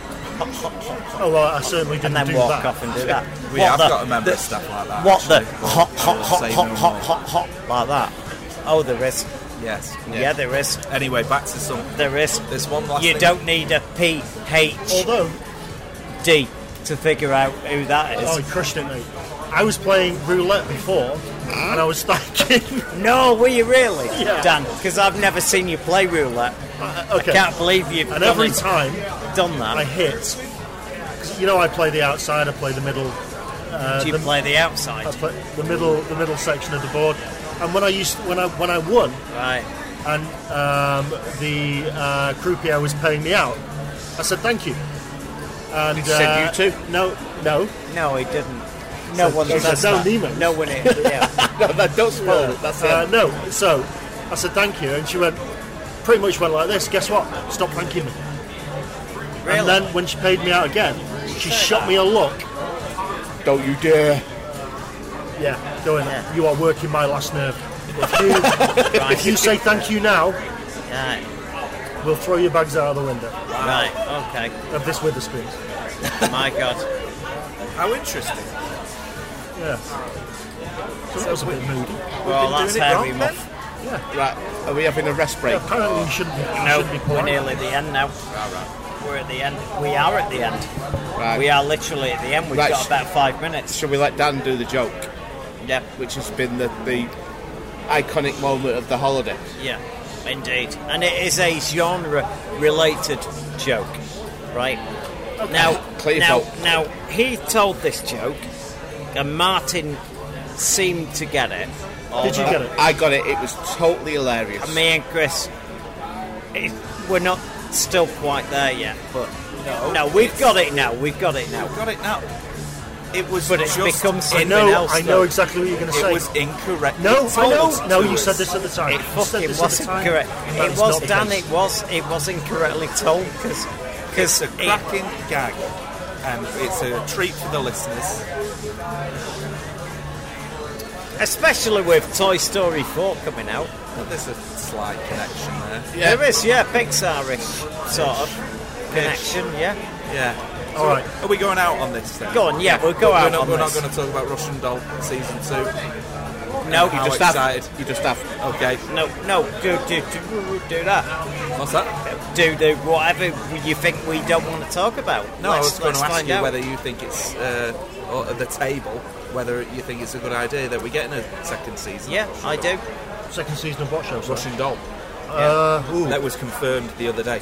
S1: Oh well, I certainly didn't
S6: and then
S1: do
S6: walk
S1: that.
S6: off and do that.
S4: We
S6: What
S4: have
S6: the-
S4: got a member
S6: the-
S4: of staff like that.
S6: what the
S4: actually, but
S6: hot, hot,
S4: we'll
S6: hot,
S4: say
S6: hot,
S4: no
S6: hot,
S4: more.
S6: hot, hot, like that. Oh, there is.
S4: Yes.
S6: Yeah, there is.
S4: Anyway, back to some.
S6: There is.
S4: There's one last
S6: You
S4: thing.
S6: don't need a P H
S1: Although,
S6: D to figure out who that
S1: oh,
S6: is.
S1: you crushed it, mate. I was playing roulette before, and I was thinking,
S6: No, were you really,
S1: Yeah. Uh,
S6: Dan? Because I've never seen you play roulette.
S1: okay.
S6: Can't believe you've
S1: and
S6: done,
S1: every
S6: it-
S1: time
S6: done that.
S1: I hit, 'cause you know, I play the outside, I play the middle, uh,
S6: Do you play the outside?
S1: I play the middle, the middle section of the board. And when I used, when I when I won,
S6: Right.
S1: and um, the uh, croupier was paying me out. I said thank you. And
S5: Did you send
S1: uh,
S5: you
S1: No, no.
S6: No, he didn't. No one.
S1: he
S6: does
S1: said, "No
S6: that.
S1: Nemo."
S6: No one. is- Yeah.
S5: No, that don't spoil it. That's
S1: uh,
S5: it.
S1: no. So I said thank you, and she went, pretty much went like this. Guess what? Stop thanking me.
S6: Really?
S1: And then when she paid me out again, she shot me a look.
S5: Don't you dare.
S1: Yeah, going. You are working my last nerve. If you, if you say thank you now,
S6: right.
S1: we'll throw your bags out of the window
S6: Right. Okay.
S1: of this Witherspoon's.
S6: My God.
S4: How interesting.
S1: Yeah. So that was a bit moody.
S6: Well, that's
S4: doing it
S6: how we
S4: wrong
S6: must.
S5: Right, are we having a rest break?
S1: Apparently, you shouldn't be. you
S6: No,
S1: shouldn't be
S6: we're
S1: pouring.
S6: nearly the end now. We're at the end. We are at the end.
S5: Right.
S6: We are literally at the end. We've
S5: Right.
S6: got about five minutes.
S5: Shall we let Dan do the joke,
S6: Yeah,
S5: which has been the, the iconic moment of the holiday?
S6: yeah, indeed. And it is a genre-related joke, right? Now,
S5: Clear
S6: now,
S5: vote.
S6: now, he told this joke, and Martin seemed to get it.
S1: Did you
S6: although-
S1: get it?
S5: I got it. It was totally hilarious.
S6: me and Chris, it, we're not still quite there yet, but no, we've got it now. We've got it now.
S4: Got it now. It was
S6: But it's
S4: just
S6: become
S1: I
S6: something
S1: know.
S6: else.
S1: I
S6: though.
S1: know exactly what you're going to
S4: It
S1: say.
S4: was incorrect.
S1: no,
S4: It
S1: I know.
S4: told
S1: No,
S4: to
S1: you said
S4: us.
S1: this at the time.
S6: It
S1: You said
S6: fucking
S1: this at the
S6: wasn't
S1: time.
S6: correct.
S1: That
S6: It
S1: is
S6: was
S1: not the
S6: Dan.
S1: case.
S6: It was. It was incorrectly told because because
S4: It's a cracking gag, and it's a treat for the listeners.
S6: especially with Toy Story Four coming out,
S4: But there's a slight connection there.
S5: Yeah.
S6: there is yeah Pixar-ish sort of connection. Yeah,
S4: Yeah.
S1: All right.
S4: Are we going out on this then?
S6: go on. Yeah, we'll go
S4: we're
S6: out
S4: not,
S6: on
S4: we're
S6: this.
S4: not going to talk about Russian Doll season two.
S6: no,
S4: How
S5: you just
S4: excited.
S5: have. You just have.
S4: Okay.
S6: no, no. Do do do do that.
S4: What's that?
S6: Do do whatever you think we don't want to talk about.
S4: No,
S6: let's,
S4: I was going
S6: let's
S4: to ask
S6: find
S4: you
S6: out.
S4: whether you think it's uh, or at the table whether you think it's a good idea that we're getting a second season.
S6: Yeah, I do.
S1: Second season of what show? sorry?
S4: Russian Doll.
S1: Uh, ooh,
S4: That was confirmed the other day.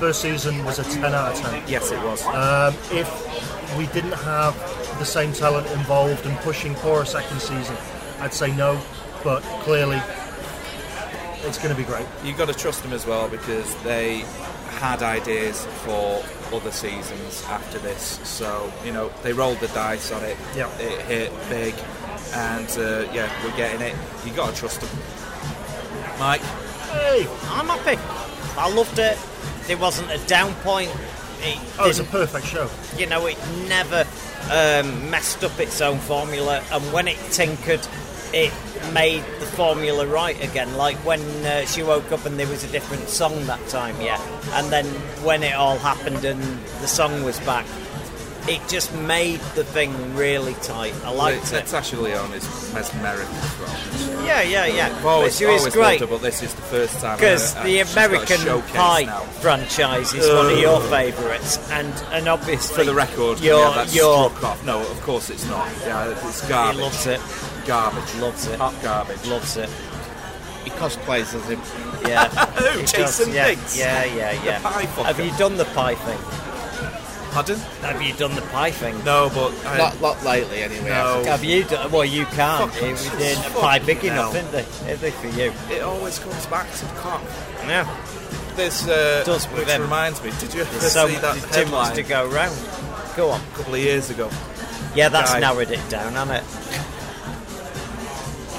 S1: first season was a ten out of ten.
S4: Yes, it was.
S1: Um, if we didn't have the same talent involved and pushing for a second season, I'd say no. But clearly, it's going to be great.
S4: You've got to trust them as well because they had ideas for other seasons after this. So, you know, they rolled the dice on it.
S1: Yeah.
S4: It hit big. And, uh, yeah, we're getting it. You've got to trust them. Mike,
S1: Hey,
S6: I'm happy. I loved it. There wasn't a down point. it
S1: Oh, it's a
S6: didn't-
S1: perfect show.
S6: you know, it never um, messed up its own formula, and when it tinkered, it made the formula right again. Like when uh, she woke up and there was a different song that time, yeah. And then when it all happened and the song was back, it just made the thing really tight. I liked it.
S4: uh, Natasha Leon is mesmeric as well.
S6: Yeah, yeah, yeah.
S4: I've always,
S6: But she was
S4: always
S6: great.
S4: loved her, but this is the first time.
S6: Because
S4: I- I-
S6: the
S4: she's got a
S6: American
S4: showcase
S6: Pie
S4: now.
S6: franchise is one of your
S4: Ugh.
S6: favourites, and and obviously
S4: For the record,
S6: your
S4: yeah, that's
S6: your
S4: struck off. No, of course it's not. Yeah, it's garbage.
S6: He loves it.
S4: Garbage.
S6: Loves it.
S4: Hot garbage.
S6: Loves it.
S5: He cosplays as him.
S6: Yeah.
S4: Who?
S6: It
S4: Jason
S6: does, yeah.
S4: Biggs?
S6: Yeah, yeah, yeah.
S4: The pie fucker.
S6: Have you done the pie thing?
S4: Pardon?
S6: Have you done the pie thing?
S4: No, but I,
S5: Not, not lately, anyway.
S4: No.
S5: I think.
S6: Have you done? Well, you can't.
S4: Fucking-
S6: It we did a
S4: fucking
S6: pie big
S4: hell.
S6: enough, isn't they? Are they for you?
S4: it always comes back to cock.
S6: Yeah.
S4: This uh,
S6: does with
S4: which
S6: them.
S4: reminds me, did you ever
S6: There's so
S4: see that
S6: much too much
S4: headline
S6: to go round. Go on.
S4: a couple of years ago?
S6: Yeah, that's
S4: Guy.
S6: narrowed it down, hasn't it?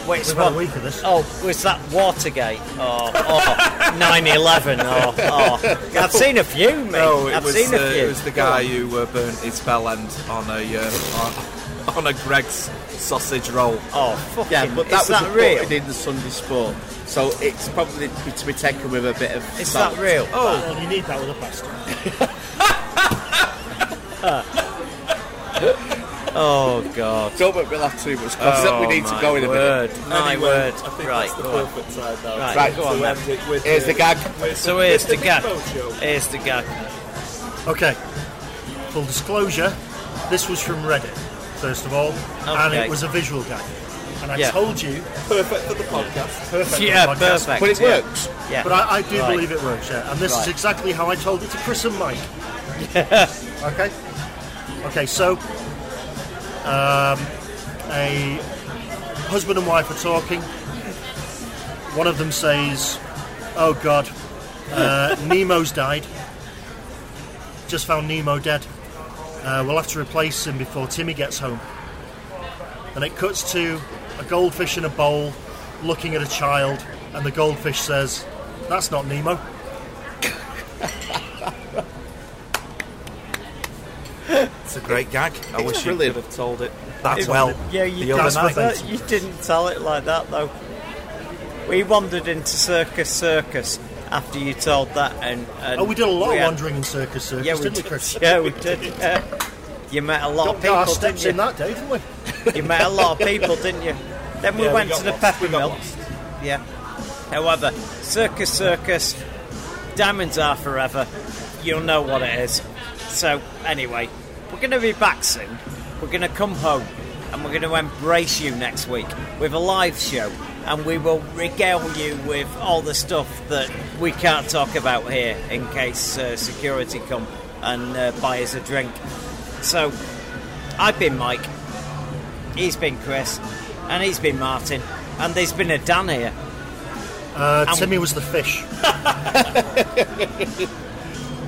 S6: Which
S1: We've had
S6: one?
S1: a week of this.
S6: Oh, was that Watergate Oh, or, or 9/11 or, or Oh, I've seen a few, mate.
S4: No, it
S6: I've
S4: was
S6: seen a
S4: uh,
S6: few.
S4: it was the
S6: Go on.
S4: guy who uh, burnt his bell end on a uh, on, on a Greg's sausage roll.
S6: Oh, fucking!
S5: Yeah, but that
S6: is
S5: was
S6: that real?
S5: reported in the Sunday Sport, so it's probably to be- to be taken with a bit of.
S6: Is
S5: salt.
S6: that real?
S4: Oh,
S1: Well, you need that with a pasta.
S6: Oh God!
S5: Don't make me laugh too much because
S4: Oh
S5: we need to go in a minute.
S6: word. My Oh, word. Right. go on. Right.
S5: Right,
S6: go on
S5: so,
S6: then.
S5: um, Here's the gag.
S6: So here's the gag. Here's the gag.
S1: Okay. Full disclosure, this was from Reddit, first of all, and
S6: Okay.
S1: it was a visual gag. And I
S6: Yeah.
S1: told you,
S4: perfect for the podcast.
S1: perfect.
S6: Yeah,
S1: for the podcast,
S6: perfect.
S5: But it
S6: yeah.
S5: works.
S6: Yeah.
S1: But I, I do
S6: Right.
S1: believe it works, yeah. And this
S6: Right.
S1: is exactly how I told it to Chris and Mike. okay. Okay, so um, a husband and wife are talking. One of them says, "Oh God, uh, Nemo's died. Just found Nemo dead. Uh, we'll have to replace him before Timmy gets home." And it cuts to a goldfish in a bowl looking at a child, and the goldfish says, "That's not Nemo." Uh,
S4: It's a great gag. I wish
S5: brilliant.
S4: you could have told it that
S6: It-
S4: well.
S6: Yeah, you,
S4: the other
S1: that's
S4: night.
S1: the
S6: that- you didn't tell it like that though. We wandered into Circus Circus after you told that, and, and
S1: Oh, we did a lot
S6: we
S1: of
S6: had-
S1: wandering in circus circus,
S6: Yeah, we
S1: didn't we,
S6: did.
S1: Chris?
S6: Yeah, we did. yeah. You met a lot
S1: Got
S6: of
S1: got our
S6: people,
S1: steps in
S6: didn't
S1: that
S6: you?
S1: day, didn't we?
S6: You met a lot of people, didn't you? Then we
S4: Yeah, we
S6: went
S4: got
S6: to the
S4: lost. We got
S6: peppermill.
S4: lost.
S6: Yeah. However, Circus Circus, Diamonds Are Forever, you'll know what it is. So, anyway, we're going to be back soon. We're going to come home and we're going to embrace you next week with a live show and we will regale you with all the stuff that we can't talk about here in case uh, security come and uh, buy us a drink. So, I've been Mike. He's been Chris, and he's been Martin, and there's been a Dan here.
S1: Uh,
S6: And-
S1: Timmy was the fish.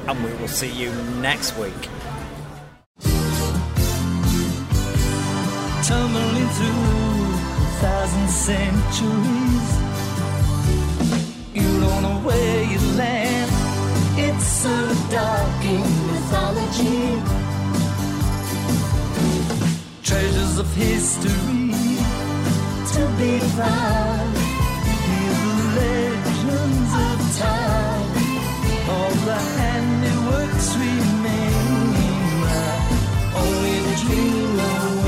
S6: And we will see you next week.
S3: tumbling through thousand centuries. You don't know where you land. It's so dark in mythology. Treasures of history to be found. Hear the legends of time. All the handiworks remain. Only the dream away.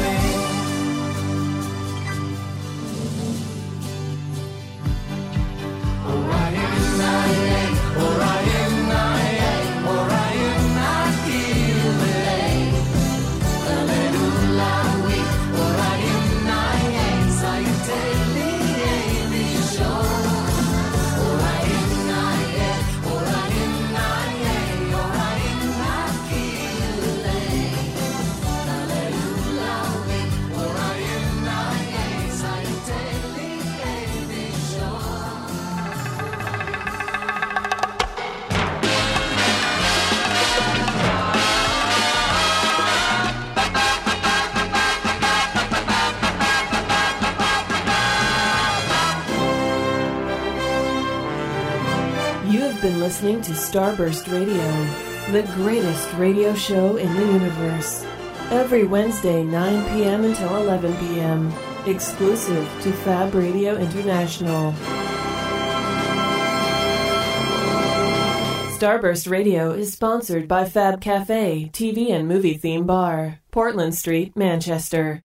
S9: You have been listening to Starburst Radio. the greatest radio show in the universe. Every Wednesday, 9 p.m. until 11 p.m., exclusive to Fab Radio International. Starburst Radio is sponsored by Fab Cafe, TV and movie theme bar, Portland Street, Manchester.